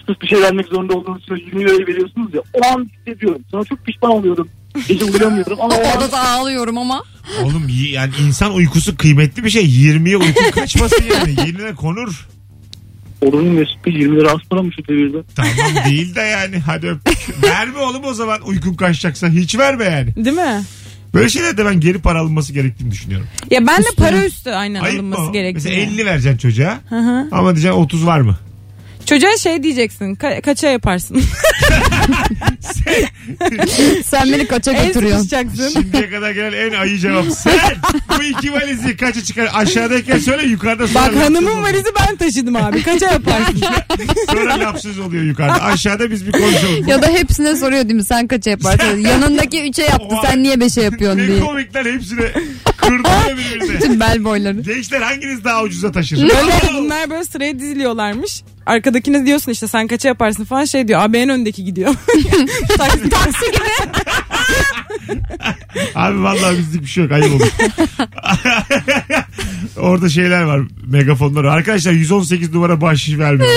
Speaker 8: sırf bir şey vermek zorunda olduğunuz için 20 lirayı veriyorsunuz ya o an hissediyorum. Sonra çok pişman oluyorum. Gece uyuyamıyorum ama o an
Speaker 4: Orada da ağlıyorum ama.
Speaker 2: Oğlum y- yani insan uykusu kıymetli bir şey. 20'ye uyku kaçmasın yani. Yerine konur.
Speaker 8: olur mu Mesut Bey 20 lira az para mı şu devirde?
Speaker 2: Tamam değil de yani. Hadi öptük. Verme oğlum o zaman uykun kaçacaksa. Hiç verme yani.
Speaker 3: Değil mi?
Speaker 2: Böyle şeylerde ben geri para alınması gerektiğini düşünüyorum.
Speaker 3: Ya ben de para üstü aynen
Speaker 2: Ayıp mı?
Speaker 3: alınması
Speaker 2: o?
Speaker 3: gerekiyor.
Speaker 2: Mesela 50 vereceksin çocuğa.
Speaker 3: Hı hı.
Speaker 2: Ama diyeceksin 30 var mı?
Speaker 3: Çocuğa şey diyeceksin. ka- kaça yaparsın?
Speaker 4: Sen beni kaça
Speaker 3: El
Speaker 4: götürüyorsun?
Speaker 3: sıkışacaksın.
Speaker 2: Şimdiye kadar gelen en ayı cevap. Sen bu iki valizi kaça çıkar? Aşağıdayken söyle yukarıda sonra.
Speaker 3: Bak
Speaker 2: lapsız
Speaker 3: hanımın
Speaker 2: oluyor.
Speaker 3: valizi ben taşıdım abi. Kaça yaparsın?
Speaker 2: Sonra lapsız oluyor yukarıda. Aşağıda biz bir konuşalım.
Speaker 4: Ya da hepsine soruyor değil mi sen kaça yaparsın? Yanındaki üçe yaptı sen niye beşe yapıyorsun
Speaker 2: ne
Speaker 4: diye.
Speaker 2: komikler hepsine kırdırıyor birbirine.
Speaker 4: Bütün bel boyları.
Speaker 2: Gençler hanginiz daha ucuza taşır?
Speaker 3: Böyle bunlar böyle sıraya diziliyorlarmış. Arkadakine diyorsun işte sen kaça yaparsın falan şey diyor. Abi en öndeki gidiyor. Taksi, taksi gibi.
Speaker 2: Abi vallahi bizlik bir şey yok ayıp olur. Orada şeyler var megafonlar. Arkadaşlar 118 numara bahşiş vermiyor.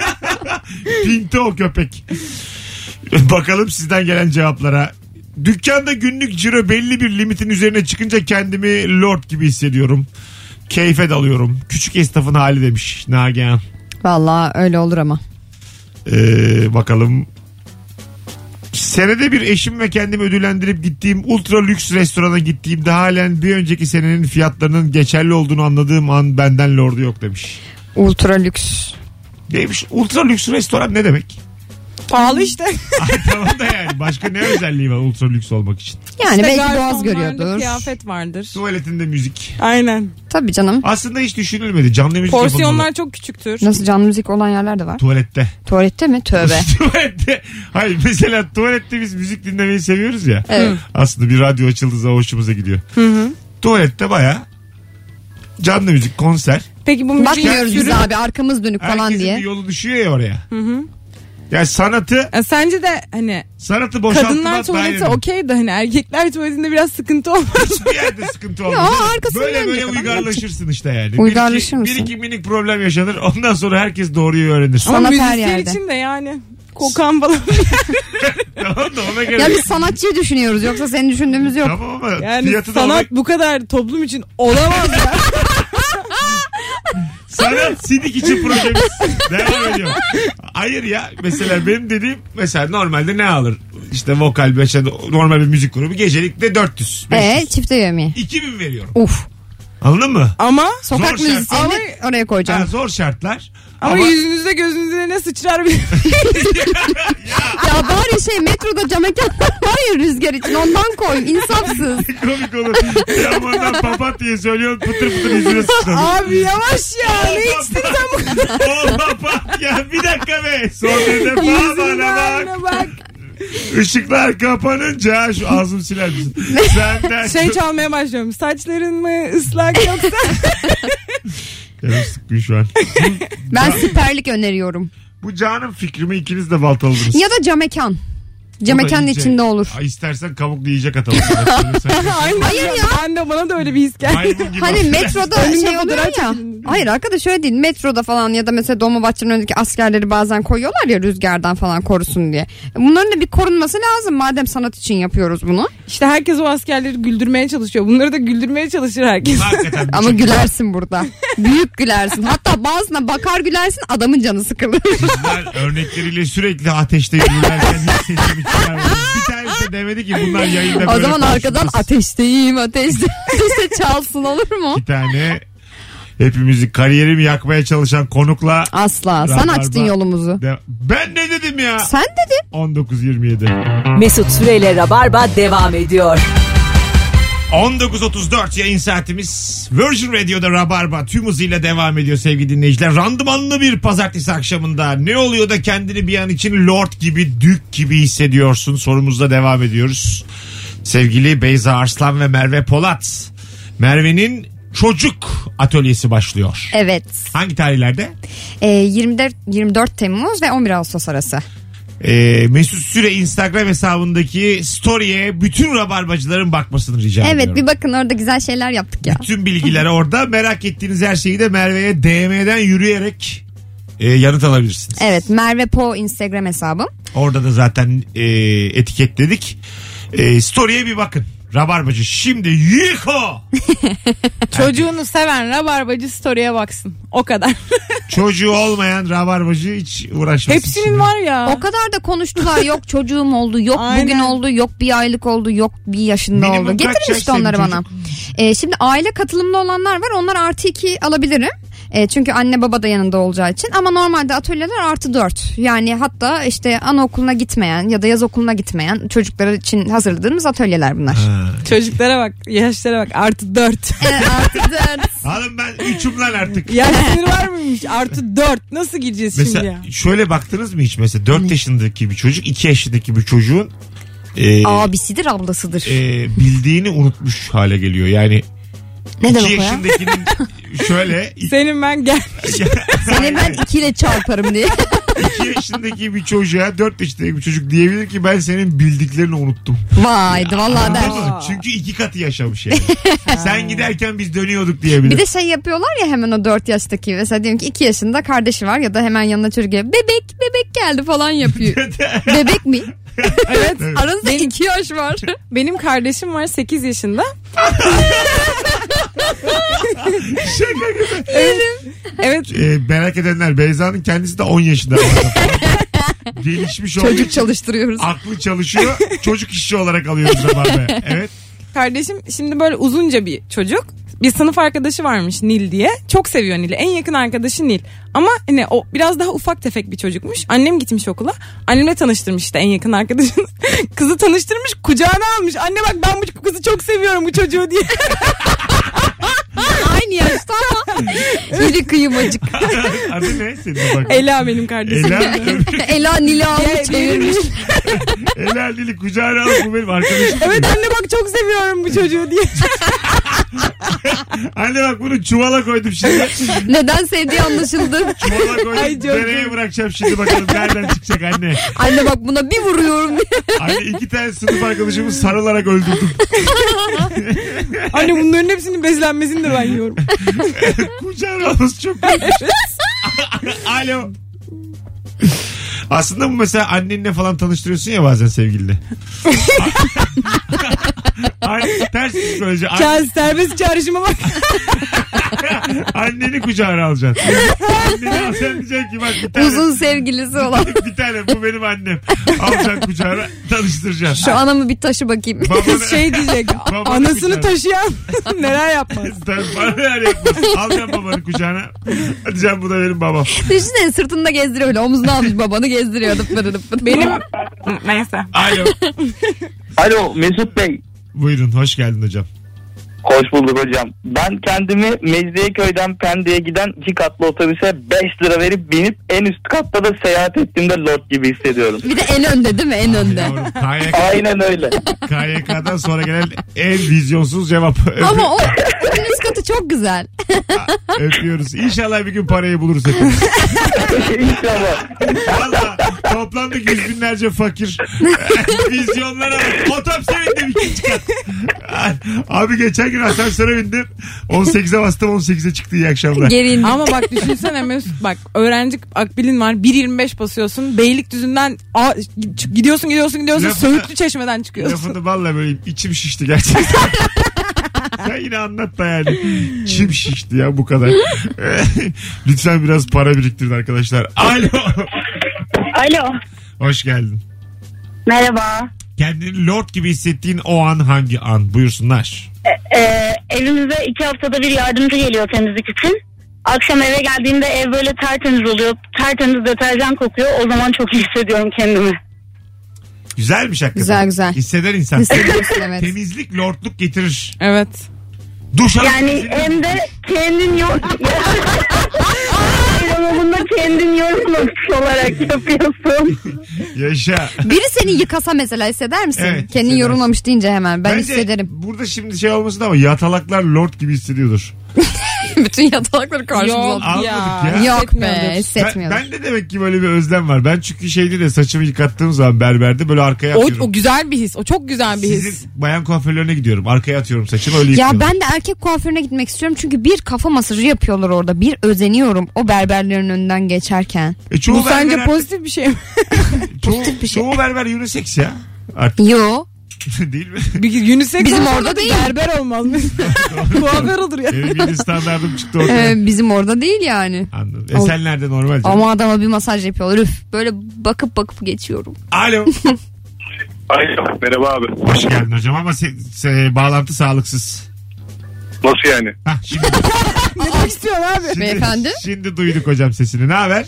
Speaker 2: Pinti o köpek. Bakalım sizden gelen cevaplara. Dükkanda günlük ciro belli bir limitin üzerine çıkınca kendimi lord gibi hissediyorum. Keyfe dalıyorum. Küçük esnafın hali demiş Nagihan.
Speaker 4: Valla öyle olur ama.
Speaker 2: Ee, bakalım. Senede bir eşim ve kendimi ödüllendirip gittiğim ultra lüks restorana gittiğimde halen bir önceki senenin fiyatlarının geçerli olduğunu anladığım an benden lordu yok demiş.
Speaker 4: Ultra lüks.
Speaker 2: Neymiş? Ultra lüks restoran ne demek?
Speaker 3: Pahalı işte.
Speaker 2: Ay, tamam da yani başka ne özelliği var ultra lüks olmak için?
Speaker 4: Yani
Speaker 3: İşte
Speaker 4: belki boğaz
Speaker 3: garsonlarda
Speaker 4: görüyordur.
Speaker 3: Kıyafet vardır.
Speaker 2: Tuvaletinde müzik.
Speaker 3: Aynen.
Speaker 4: Tabii canım.
Speaker 2: Aslında hiç düşünülmedi. Canlı müzik yapılmalı.
Speaker 3: Porsiyonlar çok küçüktür.
Speaker 4: Nasıl canlı müzik olan yerler de var.
Speaker 2: Tuvalette.
Speaker 4: Tuvalette mi? Tövbe.
Speaker 2: tuvalette. Hayır mesela tuvalette biz müzik dinlemeyi seviyoruz ya.
Speaker 4: Evet.
Speaker 2: Aslında bir radyo açıldığı zaman hoşumuza gidiyor. Tuvalette baya canlı müzik konser.
Speaker 3: Peki bu müziği
Speaker 4: Bakmıyoruz biz
Speaker 3: sürü...
Speaker 4: abi arkamız dönük falan
Speaker 2: Herkesin bir
Speaker 4: diye.
Speaker 2: yolu düşüyor ya oraya. Yani sanatı
Speaker 3: E, Sence de hani
Speaker 2: sanatı boşaltmak
Speaker 3: kadınlar tuvaleti okey de hani erkekler tuvaletinde biraz sıkıntı olmaz.
Speaker 2: Hiçbir yerde sıkıntı olmaz.
Speaker 4: Ya, arkasından
Speaker 2: böyle böyle
Speaker 4: ne kadar
Speaker 2: uygarlaşırsın işte yani.
Speaker 4: Uygarlaşır
Speaker 2: bir iki,
Speaker 4: mısın?
Speaker 2: bir iki minik problem yaşanır. Ondan sonra herkes doğruyu öğrenir.
Speaker 4: Ama-
Speaker 3: Ama
Speaker 4: Sanat her
Speaker 3: müzisyen
Speaker 4: yerde.
Speaker 3: için de yani kokan falan.
Speaker 2: tamam da ona göre.
Speaker 4: Ya biz sanatçıyı düşünüyoruz yoksa senin düşündüğümüz yok.
Speaker 2: Tamam ama
Speaker 3: Yani
Speaker 2: fiyatı da
Speaker 3: sanat
Speaker 2: ona-
Speaker 3: bu kadar toplum için olamaz ya.
Speaker 2: Sanat sidik için projemiz devam ediyor. Hayır ya mesela benim dediğim mesela normalde ne alır? İşte vokal mesela normal bir müzik grubu gecelikte 400. 500.
Speaker 4: Eee çifte yemeği.
Speaker 2: 2000 veriyorum.
Speaker 4: Uf.
Speaker 2: Anladın mı?
Speaker 3: Ama
Speaker 4: Sokak
Speaker 2: Zor şarkı.
Speaker 4: müzisyeni oraya
Speaker 2: Ha,
Speaker 4: koyacağım.
Speaker 2: zor şartlar.
Speaker 3: ama,
Speaker 2: Ama,
Speaker 3: yüzünüzde gözünüzde ne sıçrar bir
Speaker 4: Ya bari şey metroda cam mekanlar var ya rüzgar için ondan koy. İnsafsız.
Speaker 2: komik olur. Yamandan papatya söylüyorsun pıtır pıtır yüzüne sıçradı.
Speaker 3: Abi yavaş ya ne
Speaker 2: Papa-
Speaker 3: içtin sen bu kadar?
Speaker 2: O papatya bir dakika be. Son dede babana
Speaker 3: Yüzünün
Speaker 2: bak.
Speaker 3: haline bak.
Speaker 2: Işıklar kapanınca şu ağzımı siler misin? Senden
Speaker 3: Şey çalmaya başlıyorum. Saçların mı ıslak yoksa?
Speaker 2: Canım sıkkın şu an.
Speaker 4: Ben siperlik öneriyorum.
Speaker 2: Bu canım fikrimi ikiniz de baltaladınız.
Speaker 4: Ya da cam mekan. Cam mekanın içinde olur.
Speaker 2: Ay istersen kabuklu yiyecek atalım.
Speaker 3: Aynen.
Speaker 4: Hayır ya.
Speaker 3: Anne bana da öyle bir his geldi.
Speaker 2: Maymun gibi.
Speaker 4: Hani metroda
Speaker 3: Önünde
Speaker 4: şey oluyor
Speaker 3: fotoğraf
Speaker 4: ya.
Speaker 3: çekilin.
Speaker 4: Hayır arkadaş şöyle değil. Metroda falan ya da mesela Dolmabahçe'nin önündeki askerleri bazen koyuyorlar ya rüzgardan falan korusun diye. Bunların da bir korunması lazım madem sanat için yapıyoruz bunu.
Speaker 3: İşte herkes o askerleri güldürmeye çalışıyor. Bunları da güldürmeye çalışır herkes.
Speaker 2: Hakikaten bir
Speaker 4: Ama
Speaker 2: çok-
Speaker 4: gülersin burada. Büyük gülersin. Hatta bazına bakar gülersin adamın canı sıkılır.
Speaker 2: Bunlar örnekleriyle sürekli ateşte yürürlerken hiç sesimi çıkarmadım. Bir tanesi de kimse demedi ki bunlar yayında
Speaker 4: O
Speaker 2: böyle
Speaker 4: zaman arkadan
Speaker 2: konuşmaz.
Speaker 4: ateşteyim ateşte. ateşte çalsın olur mu?
Speaker 2: Bir tane hepimizi kariyerimi yakmaya çalışan konukla
Speaker 4: Asla. Sen
Speaker 2: Rabarba.
Speaker 4: açtın yolumuzu.
Speaker 2: de- ben ne dedim ya?
Speaker 4: Sen dedin.
Speaker 2: 19.27.
Speaker 1: Mesut Süreyle Rabarba devam ediyor.
Speaker 2: 19.34 yayın saatimiz Virgin Radio'da Rabarba tüm hızıyla devam ediyor sevgili dinleyiciler. Randımanlı bir pazartesi akşamında ne oluyor da kendini bir an için lord gibi, dük gibi hissediyorsun sorumuzla devam ediyoruz. Sevgili Beyza Arslan ve Merve Polat. Merve'nin çocuk atölyesi başlıyor.
Speaker 4: Evet.
Speaker 2: Hangi tarihlerde?
Speaker 4: Ee, 24, 24 Temmuz ve 11 Ağustos arası.
Speaker 2: Ee, Mesut Süre Instagram hesabındaki story'e bütün rabarbacıların bakmasını rica
Speaker 4: Evet
Speaker 2: ediyorum.
Speaker 4: bir bakın orada güzel şeyler yaptık ya.
Speaker 2: Tüm bilgiler orada. Merak ettiğiniz her şeyi de Merve'ye DM'den yürüyerek e, yanıt alabilirsiniz.
Speaker 4: Evet Merve Po Instagram hesabım.
Speaker 2: Orada da zaten e, etiketledik. E, story'e bir bakın. Rabarbacı şimdi yiko.
Speaker 3: Çocuğunu seven rabarbacı story'e baksın. O kadar.
Speaker 2: Çocuğu olmayan rabarbacı hiç uğraşmasın.
Speaker 3: Hepsinin
Speaker 2: şimdi.
Speaker 3: var ya.
Speaker 4: O kadar da konuştular yok çocuğum oldu yok
Speaker 3: Aynen.
Speaker 4: bugün oldu yok bir aylık oldu yok bir yaşında
Speaker 2: Minimum
Speaker 4: oldu.
Speaker 2: kaç
Speaker 4: Getirin işte
Speaker 2: yaşta bir
Speaker 4: onları bana. Ee, şimdi aile katılımlı olanlar var onlar artı iki alabilirim. Ee, çünkü anne baba da yanında olacağı için ama normalde atölyeler artı dört. Yani hatta işte anaokuluna gitmeyen ya da yaz okuluna gitmeyen çocuklar için hazırladığımız atölyeler bunlar.
Speaker 2: Ha.
Speaker 3: Çocuklara bak. Yaşlara bak. Artı dört.
Speaker 4: Ee, artı dört.
Speaker 2: Hanım ben üçüm lan artık.
Speaker 3: Yaş sınırı var mıymış? Artı dört. Nasıl gireceğiz şimdi ya?
Speaker 2: Mesela şöyle baktınız mı hiç mesela 4 yaşındaki bir çocuk 2 yaşındaki bir çocuğun e,
Speaker 4: Abisidir ablasıdır.
Speaker 2: e, bildiğini unutmuş hale geliyor. Yani
Speaker 4: Ne
Speaker 2: 2
Speaker 4: demek o ya?
Speaker 2: yaşındakinin şöyle
Speaker 3: Senin ben gel.
Speaker 4: Seni ben ikiyle çarparım diye.
Speaker 2: 2 yaşındaki bir çocuğa 4 yaşındaki bir çocuk diyebilir ki ben senin bildiklerini unuttum.
Speaker 4: Vay vallahi der.
Speaker 2: Anladın mı? Çünkü iki katı yaşamış yani. Sen giderken biz dönüyorduk diyebilir.
Speaker 4: Bir de şey yapıyorlar ya hemen o 4 yaştaki mesela diyelim ki 2 yaşında kardeşi var ya da hemen yanına çocuk geliyor. Bebek bebek geldi falan yapıyor. bebek mi? evet. Aranızda 2 yaş var.
Speaker 3: Benim kardeşim var 8 yaşında. Evet.
Speaker 2: Ee, merak edenler Beyza'nın kendisi de 10 yaşında. Gelişmiş olduğu
Speaker 4: Çocuk
Speaker 2: için
Speaker 4: çalıştırıyoruz.
Speaker 2: Aklı çalışıyor. çocuk işçi olarak alıyoruz Rabarba'ya. Evet.
Speaker 3: Kardeşim şimdi böyle uzunca bir çocuk. Bir sınıf arkadaşı varmış Nil diye. Çok seviyor Nil'i. En yakın arkadaşı Nil. Ama hani o biraz daha ufak tefek bir çocukmuş. Annem gitmiş okula. Annemle tanıştırmış işte en yakın arkadaşını. Kızı tanıştırmış kucağına almış. Anne bak ben bu kızı çok seviyorum bu çocuğu diye.
Speaker 4: Aynı yaşta ama iri kıymacık.
Speaker 2: Adı ne senin bak?
Speaker 3: Ela benim kardeşim.
Speaker 2: Ela,
Speaker 4: Ela Nil'i almış çevirmiş.
Speaker 2: Ela dili kucağına alıp bu benim arkadaşım.
Speaker 3: Evet anne bak çok seviyorum bu çocuğu diye.
Speaker 2: Anne bak bunu çuvala koydum şimdi.
Speaker 4: Neden sevdiği anlaşıldı.
Speaker 2: Çuvala koydum.
Speaker 3: Ay, çok
Speaker 2: Dereye
Speaker 3: iyi.
Speaker 2: bırakacağım şimdi bakalım nereden çıkacak anne.
Speaker 4: Anne bak buna bir vuruyorum diye.
Speaker 2: Anne iki tane sınıf arkadaşımı sarılarak öldürdüm.
Speaker 3: Anne bunların hepsinin beslenmesini de ben yiyorum.
Speaker 2: Kucağına alması çok korkunç. Alo. Aslında bu mesela annenle falan tanıştırıyorsun ya bazen sevgilini. Anne, ters psikoloji. An-
Speaker 3: Kaz serbest çağrışıma bak.
Speaker 2: anneni kucağına alacaksın. Anneni alacaksın diyeceksin ki bak bir tane,
Speaker 4: Uzun sevgilisi olan.
Speaker 2: bir tane bu benim annem. Alacaksın kucağına tanıştıracaksın.
Speaker 4: Şu anamı bir taşı bakayım.
Speaker 2: Babanı-
Speaker 3: Kız şey diyecek.
Speaker 2: Babanı
Speaker 3: anasını
Speaker 2: kucağına.
Speaker 3: taşıyan neler yapmaz.
Speaker 2: Tabii bana neler yapmaz. Alacaksın babanı kucağına. Diyeceğim bu da benim babam.
Speaker 4: Düşünsene sırtında gezdiriyor öyle omzuna almış babanı gezdiriyor. Dıp dıp dıp dıp.
Speaker 3: Benim neyse.
Speaker 2: Alo.
Speaker 5: Alo Mesut Bey.
Speaker 2: Buyurun hoş geldin hocam.
Speaker 5: Hoş bulduk hocam. Ben kendimi Mecidiyeköy'den Pendik'e giden iki katlı otobüse 5 lira verip binip en üst katta da seyahat ettiğimde lord gibi hissediyorum.
Speaker 4: Bir de en önde değil mi? En önde.
Speaker 2: Yavrum, KYK
Speaker 5: Aynen öyle.
Speaker 2: KYK'dan sonra gelen en vizyonsuz cevap. Öpü-
Speaker 4: Ama o onun üst katı çok güzel.
Speaker 2: öpüyoruz. İnşallah bir gün parayı buluruz hepimiz.
Speaker 5: İnşallah.
Speaker 2: Valla toplandık yüz binlerce fakir. Vizyonlara bak. Otobüse bindim ikinci kat. Abi geçen gün asansöre bindim. 18'e bastım 18'e çıktı iyi akşamlar.
Speaker 4: Gerildim.
Speaker 3: Ama bak düşünsene Mesut bak öğrenci akbilin var 1.25 basıyorsun Beylikdüzü'nden a, ç- gidiyorsun gidiyorsun gidiyorsun
Speaker 2: Lafı-
Speaker 3: Söğütlü Çeşme'den çıkıyorsun.
Speaker 2: Lafını valla böyle içim şişti gerçekten. Sen yine anlat da yani. İçim şişti ya bu kadar. Lütfen biraz para biriktirin arkadaşlar. Alo.
Speaker 7: Alo.
Speaker 2: Hoş geldin.
Speaker 7: Merhaba.
Speaker 2: Kendini lord gibi hissettiğin o an hangi an? Buyursunlar.
Speaker 7: Ee, evimize iki haftada bir yardımcı geliyor temizlik için. Akşam eve geldiğimde ev böyle tertemiz oluyor. Tertemiz deterjan kokuyor. O zaman çok iyi hissediyorum kendimi.
Speaker 2: Güzelmiş hakikaten.
Speaker 4: Güzel, güzel.
Speaker 2: Hisseder insan.
Speaker 4: Hissediyorsun evet.
Speaker 2: Temizlik lordluk getirir.
Speaker 3: Evet.
Speaker 2: Duş al.
Speaker 7: Yani
Speaker 2: temizlik-
Speaker 7: hem de kendin yor... Ama bunu kendin yorumlamış olarak yapıyorsun.
Speaker 2: Yaşa.
Speaker 4: Biri seni yıkasa mesela hisseder misin?
Speaker 2: Evet,
Speaker 4: Kendini
Speaker 2: hissederim.
Speaker 4: yorulmamış deyince hemen. Ben
Speaker 2: Bence
Speaker 4: hissederim.
Speaker 2: Burada şimdi şey olmasın ama yatalaklar lord gibi hissediyordur.
Speaker 4: Bütün yatalakları karşımıza
Speaker 3: Yok
Speaker 4: aldım.
Speaker 2: Almadık
Speaker 3: ya.
Speaker 2: ya.
Speaker 4: Yok be
Speaker 3: Hissetmiyordur.
Speaker 2: Ben,
Speaker 4: hissetmiyordur.
Speaker 2: ben de demek ki böyle bir özlem var. Ben çünkü şeyde de saçımı yıkattığım zaman berberde böyle arkaya
Speaker 3: O,
Speaker 2: atıyorum.
Speaker 3: o güzel bir his. O çok güzel bir his.
Speaker 2: Sizin bayan kuaförlerine gidiyorum. Arkaya atıyorum saçımı öyle
Speaker 4: Ya
Speaker 2: yıkıyorum.
Speaker 4: ben de erkek kuaförüne gitmek istiyorum çünkü bir kafa masajı yapıyorlar orada. Bir özeniyorum o berberlerin önünden geçerken.
Speaker 2: E çoğu
Speaker 3: Bu
Speaker 2: berber
Speaker 3: sence
Speaker 2: artık-
Speaker 3: pozitif bir şey mi?
Speaker 2: çoğu,
Speaker 4: bir şey.
Speaker 2: çoğu berber unisex ya. Artık
Speaker 4: Yo.
Speaker 2: değil mi?
Speaker 3: Bir unisex
Speaker 4: Bizim
Speaker 3: olsa
Speaker 4: orada
Speaker 3: da
Speaker 4: değil.
Speaker 3: Berber olmaz mı? Kuaför olur ya.
Speaker 2: Benim yeni standartım çıktı ortaya.
Speaker 4: Ee, bizim orada değil yani.
Speaker 2: Anladım. E, Esenler'de normal. canım.
Speaker 4: Ama adama bir masaj yapıyorlar. Üf böyle bakıp bakıp geçiyorum.
Speaker 2: Alo.
Speaker 5: Aynen. Merhaba abi.
Speaker 2: Hoş geldin hocam ama se- se- bağlantı sağlıksız.
Speaker 5: Nasıl yani?
Speaker 2: Hah şimdi,
Speaker 3: ne demek istiyorsun abi?
Speaker 4: Beyefendi?
Speaker 2: şimdi duyduk hocam sesini. Ne haber?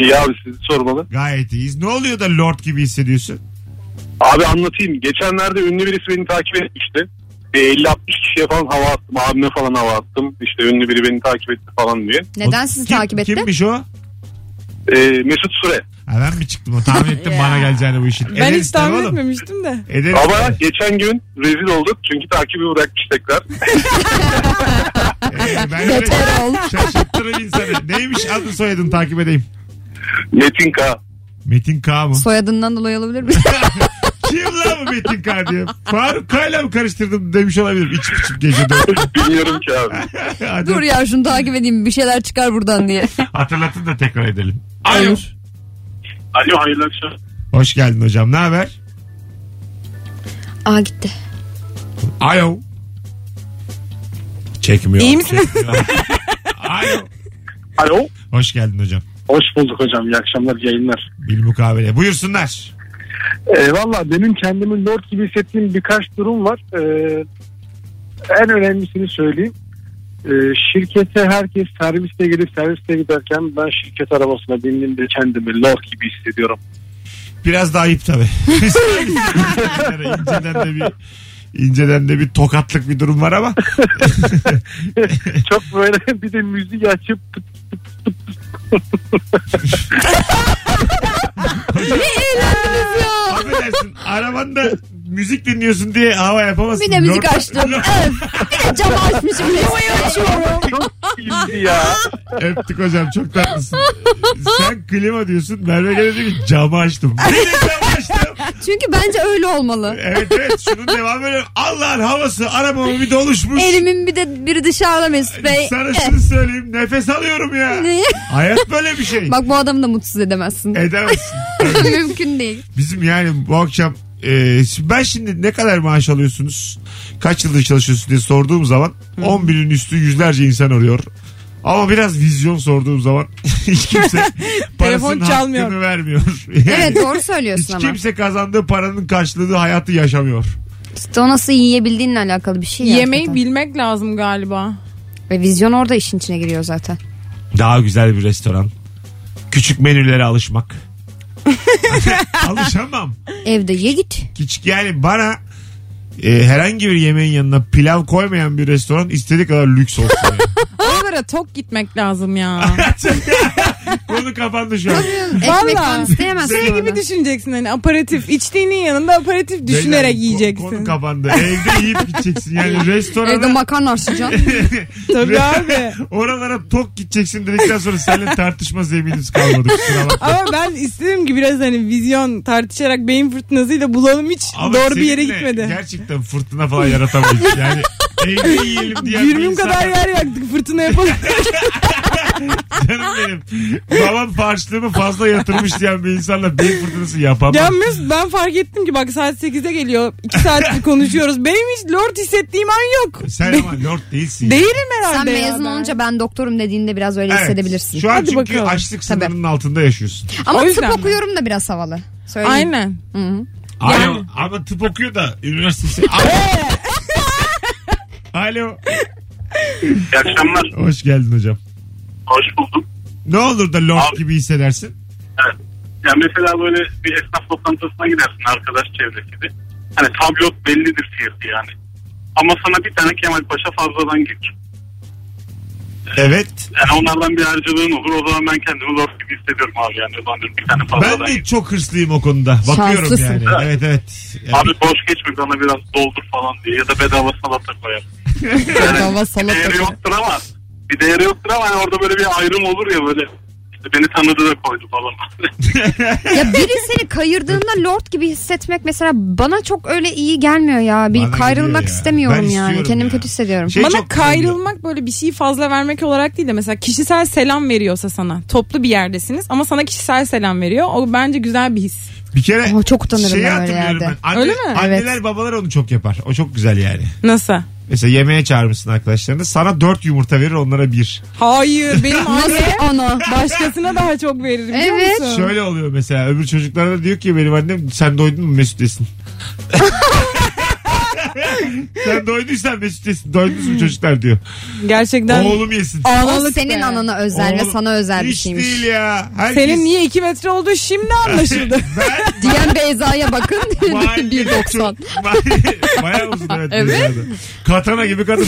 Speaker 5: İyi abi sizi sormalı.
Speaker 2: Gayet iyiyiz. Ne oluyor da lord gibi hissediyorsun?
Speaker 5: Abi anlatayım. Geçenlerde ünlü birisi beni takip etmişti. Bir 50-60 kişiye falan hava attım. Abime falan hava attım. İşte ünlü biri beni takip etti falan diye.
Speaker 4: Neden
Speaker 2: O-
Speaker 4: sizi
Speaker 2: kim-
Speaker 4: takip etti?
Speaker 2: Kimmiş o?
Speaker 5: Ee, Mesut Süre.
Speaker 2: Ha, ben mi çıktım o? Tahmin ettim bana geleceğini bu işin.
Speaker 3: Ben
Speaker 2: Ederiz
Speaker 3: hiç
Speaker 2: tabii
Speaker 3: tahmin
Speaker 2: oğlum.
Speaker 3: etmemiştim de.
Speaker 2: Ederiz
Speaker 5: Ama
Speaker 2: tabii.
Speaker 5: geçen gün rezil olduk. Çünkü takibi bırakmış tekrar.
Speaker 2: Ee, ben öyle
Speaker 4: Beter ol.
Speaker 2: şaşırttırır insanı. Neymiş adı soyadını takip edeyim.
Speaker 5: Metin K.
Speaker 2: Metin K mı?
Speaker 4: Soyadından dolayı olabilir mi?
Speaker 2: Kim lan bu Metin K diye? Faruk K'yla mı karıştırdım demiş olabilirim. İçip içip gecede.
Speaker 5: Bilmiyorum ki abi.
Speaker 2: Hadi
Speaker 4: Dur ya şunu takip edeyim bir şeyler çıkar buradan diye.
Speaker 2: Hatırlatın da tekrar edelim.
Speaker 5: Alo. Alo hayırlı akşamlar.
Speaker 2: Hoş geldin hocam. Ne haber?
Speaker 4: Aa gitti.
Speaker 2: Alo. Çekmiyor.
Speaker 3: İyi misiniz?
Speaker 2: Çekmiyor. Alo.
Speaker 8: Alo.
Speaker 2: Hoş geldin hocam.
Speaker 8: Hoş bulduk hocam. İyi akşamlar, iyi yayınlar.
Speaker 2: Bilmukabele. Buyursunlar.
Speaker 8: E, Valla benim kendimi lord gibi hissettiğim birkaç durum var. E, en önemlisini söyleyeyim. E, şirkete herkes serviste gelip serviste giderken ben şirket arabasına bindiğimde kendimi lord gibi hissediyorum.
Speaker 2: Biraz daha ayıp tabii. inceden de bir inceden de bir tokatlık bir durum var ama
Speaker 8: Çok böyle bir de müziği açıp
Speaker 4: Eğlendiniz ya.
Speaker 2: affedersin arabanda müzik dinliyorsun diye hava yapamazsın.
Speaker 4: Bir de müzik
Speaker 2: Lord-
Speaker 4: açtım.
Speaker 2: Lord-
Speaker 4: Öf. Bir de camı açmışım. Klimayı açıyorum.
Speaker 5: İyiydi ya.
Speaker 2: Öptük hocam çok tatlısın. Sen klima diyorsun. Merve gene diyor ki camı açtım. Nereye camı açtım?
Speaker 4: Çünkü bence öyle olmalı.
Speaker 2: Evet evet şunun devamı öyle. Allah'ın havası arabamı bir doluşmuş.
Speaker 4: Elimin bir de biri dışarıda Mesut Bey.
Speaker 2: Sana
Speaker 4: Eh.
Speaker 2: şunu söyleyeyim nefes alıyorum ya.
Speaker 4: Ne?
Speaker 2: Hayat böyle bir şey.
Speaker 4: Bak bu adamı da mutsuz edemezsin.
Speaker 2: Edemezsin.
Speaker 4: Mümkün değil.
Speaker 2: Bizim yani bu akşam e, şimdi ben şimdi ne kadar maaş alıyorsunuz? Kaç yıldır çalışıyorsunuz diye sorduğum zaman 10 binin üstü yüzlerce insan arıyor. Ama biraz vizyon sorduğum zaman hiç kimse parasının
Speaker 3: çalmıyor.
Speaker 2: hakkını vermiyor. Yani
Speaker 4: Evet doğru
Speaker 2: hiç
Speaker 4: söylüyorsun ama.
Speaker 2: kimse kazandığı paranın karşılığı hayatı yaşamıyor.
Speaker 4: İşte o nasıl yiyebildiğinle alakalı bir şey. ya
Speaker 3: Yemeği
Speaker 4: hakikaten.
Speaker 3: bilmek lazım galiba.
Speaker 4: Ve vizyon orada işin içine giriyor zaten.
Speaker 2: Daha güzel bir restoran. Küçük menülere alışmak. Alışamam.
Speaker 4: Evde ye git.
Speaker 2: Küçük yani bana e, herhangi bir yemeğin yanına pilav koymayan bir restoran istediği kadar lüks olsun. yani.
Speaker 3: Oralara tok gitmek lazım ya.
Speaker 2: Konu kapandı şu an.
Speaker 4: Ekmek falan isteyemezsin.
Speaker 3: şey gibi
Speaker 4: orada.
Speaker 3: düşüneceksin hani aparatif. içtiğinin yanında aparatif
Speaker 2: Beyler,
Speaker 3: düşünerek
Speaker 2: ko-
Speaker 3: yiyeceksin.
Speaker 2: Konu kapandı. Evde yiyip gideceksin. Yani
Speaker 4: Evde
Speaker 2: restorana
Speaker 4: makarna açacaksın.
Speaker 3: Tabii abi.
Speaker 2: oralara tok gideceksin dedikten sonra seninle tartışma zeminimiz kalmadı. Kusura bakma.
Speaker 3: Ama ben istediğim gibi biraz hani vizyon tartışarak beyin fırtınasıyla bulalım hiç
Speaker 2: Ama
Speaker 3: doğru bir yere
Speaker 2: seninle
Speaker 3: gitmedi.
Speaker 2: Gerçekten fırtına falan yaratamayız. Yani evde yiyelim diye.
Speaker 3: Yürümüm kadar yer yaktık fırtına yapalım.
Speaker 2: Canım benim. Babam harçlığımı fazla yatırmış diyen bir insanla beyin fırtınası yapamam.
Speaker 3: ya Mesut ben fark ettim ki bak saat 8'de geliyor. 2 saattir konuşuyoruz. Benim hiç lord hissettiğim an yok.
Speaker 2: Sen ama lord değilsin.
Speaker 3: Değilim
Speaker 4: Sen
Speaker 3: herhalde ya
Speaker 4: mezun
Speaker 3: ben.
Speaker 4: olunca ben doktorum dediğinde biraz öyle
Speaker 2: Evet.
Speaker 4: hissedebilirsin.
Speaker 2: Şu an
Speaker 3: Hadi
Speaker 2: çünkü
Speaker 3: bakalım.
Speaker 2: açlık sınırının altında yaşıyorsun.
Speaker 4: Ama
Speaker 3: O
Speaker 4: tıp
Speaker 3: yüzden mi?
Speaker 4: okuyorum da biraz havalı. Söyleyeyim.
Speaker 3: Aynen.
Speaker 4: Hı hı.
Speaker 2: Alo. Ama tıp okuyor da üniversitesi.
Speaker 4: Ee!
Speaker 2: Alo. Alo.
Speaker 9: İyi akşamlar.
Speaker 2: Hoş geldin hocam.
Speaker 9: Hoş buldum.
Speaker 2: Ne olur da lord
Speaker 9: Abi.
Speaker 2: gibi hissedersin.
Speaker 9: Evet. Ya mesela böyle bir esnaf toplantısına gidersin arkadaş çevresi gibi. Hani tablot bellidir fiyatı yani. Ama sana bir tane Kemal Paşa fazladan gelir.
Speaker 2: Evet.
Speaker 9: Yani onlardan bir harcılığın olur. O zaman ben kendimi zor gibi hissediyorum abi yani. O zaman diyorum bir tane fazladan
Speaker 2: Ben de
Speaker 9: gelir.
Speaker 2: çok hırslıyım o konuda. Bakıyorum
Speaker 4: Şanslısın.
Speaker 2: yani. Evet evet. Yani
Speaker 9: Abi boş geçme bana biraz doldur falan diye ya da bedava salata koyar.
Speaker 4: Bedava salata
Speaker 9: Bir değeri
Speaker 4: koyar.
Speaker 9: yoktur ama bir değeri yoktur ama hani orada böyle bir ayrım olur ya böyle. İşte beni tanıdı da koydu falan.
Speaker 4: Ya biri seni kayırdığında lord gibi hissetmek mesela bana çok öyle iyi gelmiyor ya. Bir
Speaker 2: Bana
Speaker 4: kayrılmak
Speaker 2: geliyor ya.
Speaker 4: istemiyorum
Speaker 2: Ben
Speaker 4: yani.
Speaker 2: istiyorum
Speaker 4: Kendimi
Speaker 2: ya.
Speaker 4: kötü hissediyorum.
Speaker 2: Şey
Speaker 3: Bana
Speaker 2: çok-
Speaker 3: kayrılmak böyle bir şeyi fazla vermek olarak değil de mesela kişisel selam veriyorsa sana. Toplu bir yerdesiniz ama sana kişisel selam veriyor. O bence güzel bir his.
Speaker 2: Bir kere
Speaker 4: Aa, çok utanırım
Speaker 2: şeyi
Speaker 4: ben öyle
Speaker 2: hatırlıyorum
Speaker 4: yerde.
Speaker 2: ben. Anne-
Speaker 3: Öyle mi?
Speaker 2: Anneler babalar onu çok yapar. O çok güzel yani.
Speaker 3: Nasıl?
Speaker 2: Mesela yemeğe çağırmışsın arkadaşlarını. Sana dört yumurta verir onlara bir.
Speaker 3: Hayır benim
Speaker 4: Nasıl
Speaker 3: anne
Speaker 4: ana?
Speaker 3: başkasına daha çok verir biliyor
Speaker 4: Evet.
Speaker 3: musun?
Speaker 2: Şöyle oluyor mesela. Öbür çocuklara da diyor ki benim annem sen doydun mu Mesut desin. sen doyduysan Mesut desin. Doydunuz mu çocuklar diyor.
Speaker 3: Gerçekten
Speaker 2: Oğlum yesin.
Speaker 4: O
Speaker 3: analık
Speaker 4: senin
Speaker 3: be.
Speaker 4: anana özel ve
Speaker 2: Oğlum,
Speaker 4: sana özel bir
Speaker 2: Hiç
Speaker 4: şeymiş.
Speaker 2: değil ya. Herkes-
Speaker 3: Senin niye 2 metre olduğu şimdi anlaşıldı.
Speaker 2: ben
Speaker 4: Diyen Beyza'ya bakın. 1.90.
Speaker 2: Mahalle- Bayağı uzun evet.
Speaker 4: Evet.
Speaker 2: dünyada. Katana gibi kadın.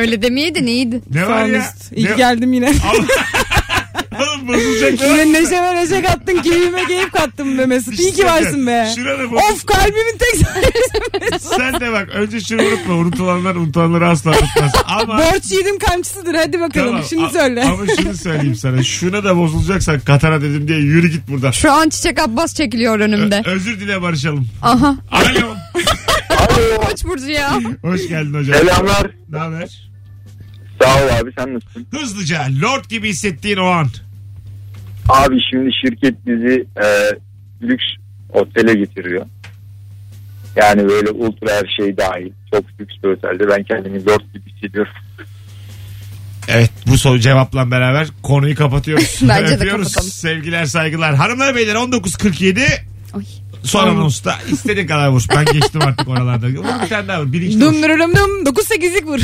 Speaker 4: Öyle demeyeydin iyiydi.
Speaker 2: Ne var ya?
Speaker 3: Sağolust. İyi
Speaker 2: Ne...
Speaker 3: ki geldim yine.
Speaker 2: Oğlum bozulacak. ya.
Speaker 3: Yine neşeme neşe kattın, keyfime keyif kattın be Mesut. İyi ki varsın be.
Speaker 2: Şurada bu.
Speaker 3: Of kalbimin tek
Speaker 2: Sen de bak önce şunu unutma. Unutulanlar unutanları asla unutmaz. Ama
Speaker 3: Borç yedim kamçısıdır hadi bakalım
Speaker 2: Tamam,
Speaker 3: şimdi
Speaker 2: a-
Speaker 3: söyle.
Speaker 2: Ama şunu söyleyeyim sana. Şuna da bozulacaksan katana dedim diye yürü git buradan.
Speaker 4: Şu an Çiçek Abbas çekiliyor önümde.
Speaker 2: Ö- özür dile barışalım.
Speaker 4: Aha.
Speaker 2: Alo.
Speaker 4: Koç Burcu ya.
Speaker 2: Hoş geldin hocam.
Speaker 5: Selamlar.
Speaker 2: Ne haber?
Speaker 5: Sağ ol abi sen nasılsın?
Speaker 2: Hızlıca lord gibi hissettiğin o an.
Speaker 5: Abi şimdi şirket bizi e, lüks otele getiriyor. Yani böyle ultra her şey dahil. Çok lüks bir otelde. Ben kendimi lord gibi hissediyorum.
Speaker 2: Evet bu soru cevapla beraber konuyu kapatıyoruz.
Speaker 4: Bence de
Speaker 2: Öpüyoruz.
Speaker 4: kapatalım.
Speaker 2: Sevgiler saygılar. Hanımlar beyler 19.47
Speaker 4: Oy.
Speaker 2: son anonsta istediğin kadar vur. Ben geçtim artık oralarda. Vur bir tane daha vur. Bilinçli vur.
Speaker 3: Dum dum dum 9-8'lik vur.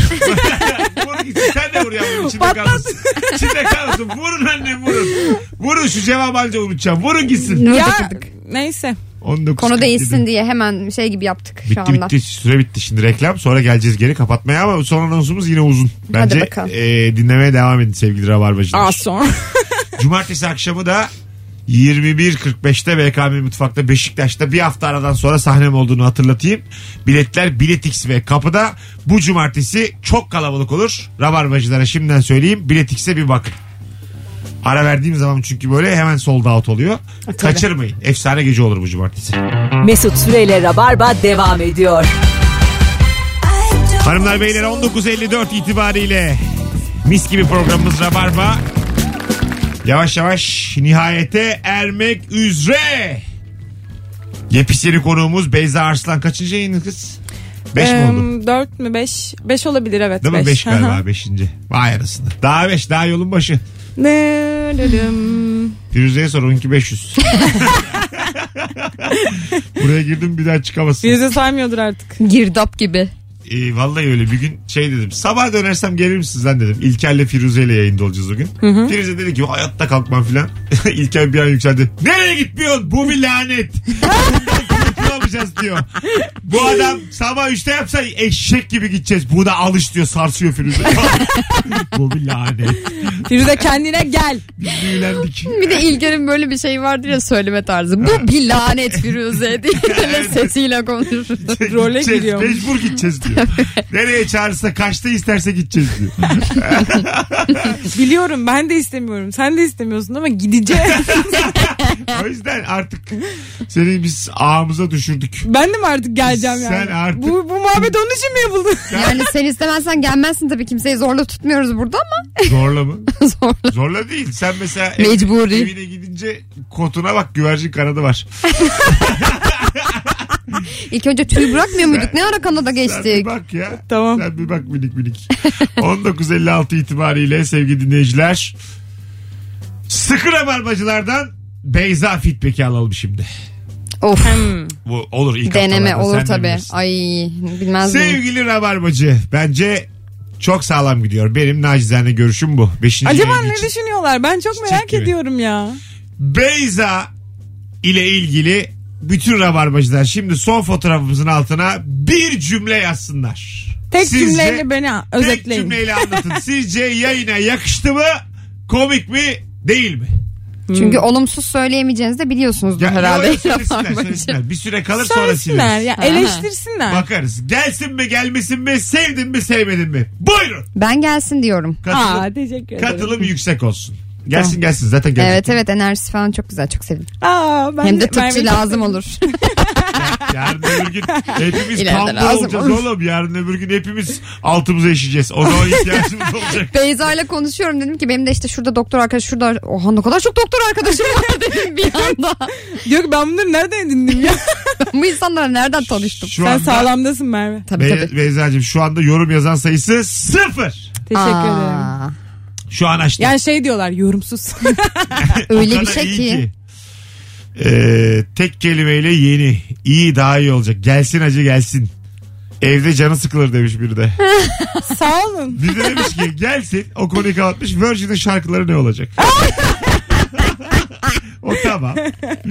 Speaker 2: Vur gitsin. Sen de vur yavrum. İçinde
Speaker 3: Patlat.
Speaker 2: kalsın. İçinde kalsın. Vurun anne vurun. Vurun şu cevabı anca unutacağım. Vurun gitsin.
Speaker 4: Ne
Speaker 3: ya
Speaker 4: takıldık?
Speaker 3: neyse.
Speaker 2: 19.47.
Speaker 4: Konu değişsin diye hemen şey gibi yaptık şu
Speaker 2: Bitti
Speaker 4: anda.
Speaker 2: bitti süre bitti şimdi reklam sonra geleceğiz geri kapatmaya ama son anonsumuz yine uzun. Bence
Speaker 4: bakalım.
Speaker 2: e, dinlemeye devam edin sevgili rabarbacılar.
Speaker 3: Az sonra.
Speaker 2: Cumartesi akşamı da 21.45'te BKM Mutfak'ta Beşiktaş'ta bir hafta aradan sonra sahnem olduğunu hatırlatayım. Biletler Biletix ve kapıda. Bu cumartesi çok kalabalık olur. Rabarbacılara şimdiden söyleyeyim. Biletix'e bir bakın. Ara verdiğim zaman çünkü böyle hemen sold out oluyor. Kaçırmayın. Efsane gece olur bu cumartesi.
Speaker 1: Mesut Süreyle Rabarba devam ediyor.
Speaker 2: Hanımlar beyler 19.54 itibariyle mis gibi programımız Rabarba. Yavaş yavaş nihayete ermek üzere. Yepyeni konuğumuz Beyza Arslan. Kaçıncı yayının kız? Beş mi oldu?
Speaker 3: 4 mü 5? 5 olabilir evet.
Speaker 2: Değil mi?
Speaker 3: beş.
Speaker 2: Beş galiba beşinci. Vay arasında. Daha beş daha yolun başı.
Speaker 3: Dı dı dım.
Speaker 2: Firuze'ye sor onunki 500. Buraya girdim bir daha çıkamazsın.
Speaker 3: Yüzü saymıyordur artık.
Speaker 4: Girdap gibi.
Speaker 2: Ee, vallahi öyle bir gün şey dedim. Sabah dönersem gelir misiniz lan dedim. İlker'le Firuze ile yayında olacağız o gün. Firuze dedi ki hayatta kalkmam filan. İlker bir an yükseldi. Nereye gitmiyorsun? Bu bir lanet. Bundan kurtulamayacağız diyor. Bu adam sabah 3'te yapsa eşek gibi gideceğiz. Bu da alış diyor sarsıyor Firuze. Bu bir lanet.
Speaker 3: Firuze kendine gel.
Speaker 2: Biz büyülendik.
Speaker 4: Bir de İlker'in böyle bir şey vardır ya söyleme tarzı. Bu bir lanet Firuze diye böyle sesiyle konuşur.
Speaker 3: Role
Speaker 2: Gideceğiz,
Speaker 3: giriyormuş.
Speaker 2: Mecbur gideceğiz diyor. Nereye çağırırsa kaçta isterse gideceğiz diyor.
Speaker 3: Biliyorum ben de istemiyorum. Sen de istemiyorsun ama gideceğim.
Speaker 2: O yüzden artık seni biz ağımıza düşürdük.
Speaker 3: ben de mi artık geleceğim yani?
Speaker 2: Sen artık-
Speaker 3: Bu, bu muhabbet onun için mi yapıldı?
Speaker 4: Yani sen istemezsen gelmezsin tabii kimseyi zorla tutmuyoruz burada ama
Speaker 2: Zorla mı?
Speaker 4: zorla.
Speaker 2: Zorla değil. Sen mesela
Speaker 4: Mecburi.
Speaker 2: ev- evine gidince kotuna bak güvercin kanadı var.
Speaker 4: İlk önce tüy bırakmıyor muyduk? Ne ara Kanada
Speaker 2: Sen bir
Speaker 4: geçtik?
Speaker 2: bak ya.
Speaker 3: Tamam.
Speaker 2: Sen bir bak minik minik. 19.56 itibariyle sevgili dinleyiciler. Sıkı rabarbacılardan Beyza feedback'i alalım şimdi.
Speaker 4: Of.
Speaker 3: Hmm.
Speaker 2: Bu olur ilk
Speaker 4: Deneme
Speaker 2: haftalarda,
Speaker 4: olur
Speaker 2: sen de
Speaker 4: tabii.
Speaker 2: bilirsin. Şey,
Speaker 4: Ay bilmez miyim?
Speaker 2: Sevgili Rabarbacı bence çok sağlam gidiyor. Benim nacizane görüşüm bu. Beşinci
Speaker 3: Acaba
Speaker 2: yayın
Speaker 3: ne
Speaker 2: için.
Speaker 3: düşünüyorlar? Ben çok merak
Speaker 2: gibi.
Speaker 3: ediyorum ya.
Speaker 2: Beyza ile ilgili bütün rabarbacılar şimdi son fotoğrafımızın altına bir cümle yazsınlar.
Speaker 3: Tek
Speaker 2: Sizce-
Speaker 3: cümleyle beni özetleyin.
Speaker 2: Tek cümleyle anlatın. Sizce yayına yakıştı mı? Komik mi? Değil mi?
Speaker 4: Çünkü olumsuz söyleyemeyeceğinizi de biliyorsunuzdur
Speaker 2: Ya-
Speaker 4: herhalde.
Speaker 2: Yok, söylesinler,
Speaker 4: Rabarbacı.
Speaker 2: söylesinler. Bir süre kalır sonra
Speaker 3: Söylesinler
Speaker 2: sileriz.
Speaker 3: ya eleştirsinler.
Speaker 2: Bakarız. Gelsin mi gelmesin mi? Sevdin mi sevmedin mi? Buyurun.
Speaker 4: Ben gelsin diyorum.
Speaker 2: Katılım,
Speaker 3: Aa teşekkür ederim.
Speaker 2: katılım yüksek olsun. Gelsin gelsin zaten gelecek.
Speaker 4: Evet evet enerjisi falan çok güzel çok sevdim.
Speaker 3: Aa, ben
Speaker 4: Hem de
Speaker 3: Merve'yi
Speaker 4: tıpçı
Speaker 3: çok
Speaker 4: lazım
Speaker 3: sevdim.
Speaker 4: olur.
Speaker 2: Yarın öbür gün hepimiz
Speaker 4: İleride
Speaker 2: kambur
Speaker 4: lazım
Speaker 2: olacağız
Speaker 4: olur.
Speaker 2: oğlum. Yarın öbür gün hepimiz altımıza işeceğiz. O zaman ihtiyacımız olacak.
Speaker 4: Beyza ile konuşuyorum dedim ki benim de işte şurada doktor arkadaş şurada oha ne kadar çok doktor arkadaşım var dedim bir anda.
Speaker 3: Diyor ki ben bunları nereden dinledim ya?
Speaker 4: Bu insanları nereden tanıştım?
Speaker 2: Şu
Speaker 3: Sen
Speaker 2: anda
Speaker 3: sağlamdasın Merve.
Speaker 4: Tabii
Speaker 2: Be-
Speaker 4: tabii.
Speaker 2: Beyza'cığım şu anda yorum yazan sayısı sıfır.
Speaker 3: Teşekkür ederim.
Speaker 4: Aa,
Speaker 2: Şu an açtım.
Speaker 3: Yani şey diyorlar yorumsuz.
Speaker 4: Öyle
Speaker 2: O
Speaker 4: bir
Speaker 2: kadar
Speaker 4: şey
Speaker 2: iyi
Speaker 4: ki.
Speaker 2: Ee, tek kelimeyle yeni. İyi daha iyi olacak. Gelsin acı gelsin. Evde canı sıkılır demiş biri de.
Speaker 3: Sağ olun.
Speaker 2: Bir de demiş ki gelsin o konuyu kapatmış. Virgin'in şarkıları ne olacak? o tamam.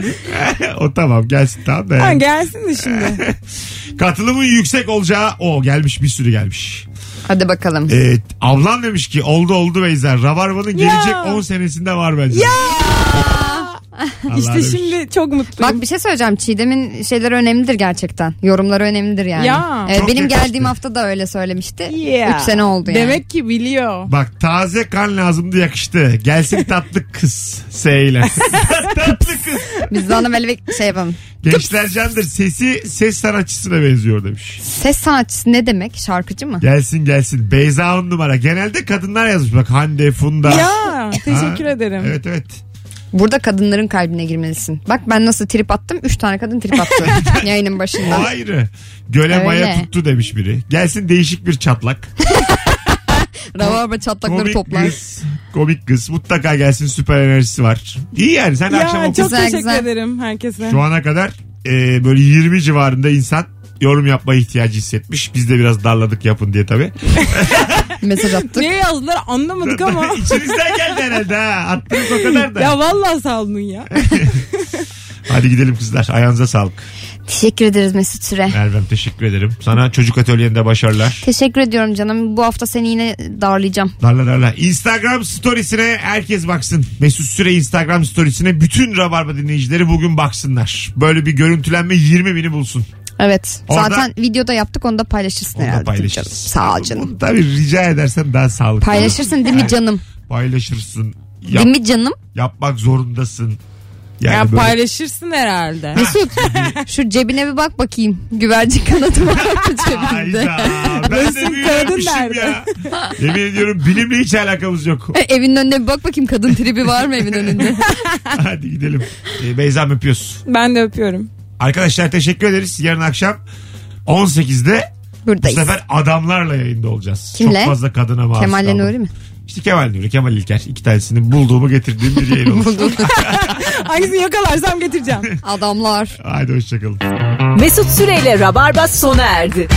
Speaker 2: o tamam gelsin tamam da.
Speaker 3: Ha,
Speaker 2: yani.
Speaker 3: gelsin de şimdi.
Speaker 2: Katılımın yüksek olacağı o gelmiş bir sürü gelmiş.
Speaker 4: Hadi bakalım.
Speaker 2: Ee, ablam demiş ki oldu oldu Beyza. Rabarbanın gelecek
Speaker 3: Ya.
Speaker 2: 10 senesinde var bence. Ya.
Speaker 3: işte şimdi çok mutluyum.
Speaker 4: Bak bir şey söyleyeceğim. Çiğdem'in şeyleri önemlidir gerçekten. Yorumları önemlidir yani.
Speaker 3: Ya.
Speaker 4: Ee,
Speaker 2: Çok
Speaker 4: benim
Speaker 2: yakıştı.
Speaker 4: geldiğim hafta da öyle söylemişti. 3
Speaker 3: Yeah.
Speaker 4: sene oldu yani.
Speaker 3: Demek ki biliyor.
Speaker 2: Bak taze kan lazımdı yakıştı. Gelsin tatlı kız. Seyle. tatlı kız.
Speaker 4: Biz de ona böyle bir şey yapalım.
Speaker 2: Gençler candır sesi ses sanatçısına benziyor demiş.
Speaker 4: Ses sanatçısı ne demek? Şarkıcı mı?
Speaker 2: Gelsin gelsin. Beyza on numara. Genelde kadınlar yazmış bak Hande, Funda.
Speaker 3: Ya teşekkür
Speaker 2: Ah. Ha,
Speaker 3: ederim.
Speaker 2: Evet evet.
Speaker 4: Burada kadınların kalbine girmelisin. Bak ben nasıl trip attım. 3 tane kadın trip attı yayının
Speaker 2: O
Speaker 4: başında.
Speaker 2: ayrı. Göle
Speaker 4: Öyle.
Speaker 2: maya tuttu demiş biri. Gelsin değişik bir çatlak.
Speaker 4: Rabarba çatlakları
Speaker 2: Komik
Speaker 4: toplar.
Speaker 2: kız. Komik kız. Mutlaka gelsin süper enerjisi var. İyi yani sen
Speaker 3: Ya
Speaker 2: akşam
Speaker 3: çok
Speaker 2: oku.
Speaker 4: Güzel,
Speaker 3: teşekkür
Speaker 4: güzel.
Speaker 3: ederim herkese.
Speaker 2: Şu ana kadar e, böyle 20 civarında insan yorum yapma ihtiyacı hissetmiş. Biz de biraz darladık yapın diye tabii.
Speaker 4: Mesaj attık.
Speaker 3: Niye yazdılar anlamadık ama.
Speaker 2: İçinizden geldi herhalde ha. Attınız o kadar da.
Speaker 3: ya vallahi sağ olun ya.
Speaker 2: Hadi gidelim kızlar. Ayağınıza sağlık.
Speaker 4: Teşekkür ederiz Mesut Süre.
Speaker 2: Mervem teşekkür ederim. Sana çocuk atölyende başarılar.
Speaker 4: Teşekkür ediyorum canım. Bu hafta seni yine darlayacağım.
Speaker 2: Darla darla. Instagram storiesine herkes baksın. Mesut Süre Instagram storiesine bütün Rabarba dinleyicileri bugün baksınlar. Böyle bir görüntülenme 20 bini bulsun.
Speaker 4: Evet.
Speaker 2: Orada-
Speaker 4: Zaten videoda yaptık onu da paylaşırsın
Speaker 2: Onu da
Speaker 4: herhalde.
Speaker 2: paylaşırız.
Speaker 4: Canım. Sağ ol canım.
Speaker 2: Bunu Tabii rica edersen daha sağlıklı.
Speaker 4: Paylaşırsın değil mi canım?
Speaker 2: Paylaşırsın. Yap-
Speaker 4: Değil mi canım?
Speaker 2: yapmak zorundasın. Yani
Speaker 3: ya
Speaker 2: böyle-
Speaker 3: paylaşırsın herhalde.
Speaker 4: Mesut şu cebine bir bak bakayım. Güvercin kanadı var mı cebinde?
Speaker 2: Hayda. Ben de
Speaker 3: Nasıl kadın
Speaker 2: büyüyormuşum
Speaker 3: nerede?
Speaker 2: ya. Yemin ediyorum bilimle hiç alakamız yok.
Speaker 4: Evinin önüne bir bak bakayım kadın tribi var mı evin önünde?
Speaker 2: Hadi gidelim. Ee, Beyza'm öpüyoruz.
Speaker 3: Ben de öpüyorum.
Speaker 2: Arkadaşlar teşekkür ederiz. Yarın akşam 18'de bu
Speaker 4: Buradayız.
Speaker 2: sefer adamlarla yayında olacağız.
Speaker 4: Kimle?
Speaker 2: Çok fazla kadına maruz
Speaker 4: Kemal'le
Speaker 2: kaldım.
Speaker 4: Nuri mi?
Speaker 2: İşte Kemal Nuri, Kemal İlker. İki tanesini bulduğumu getirdiğim bir yayın olur.
Speaker 3: Hangisini yakalarsam getireceğim.
Speaker 4: Adamlar.
Speaker 2: Haydi hoşçakalın.
Speaker 1: Mesut Süreyle Rabarba sona erdi.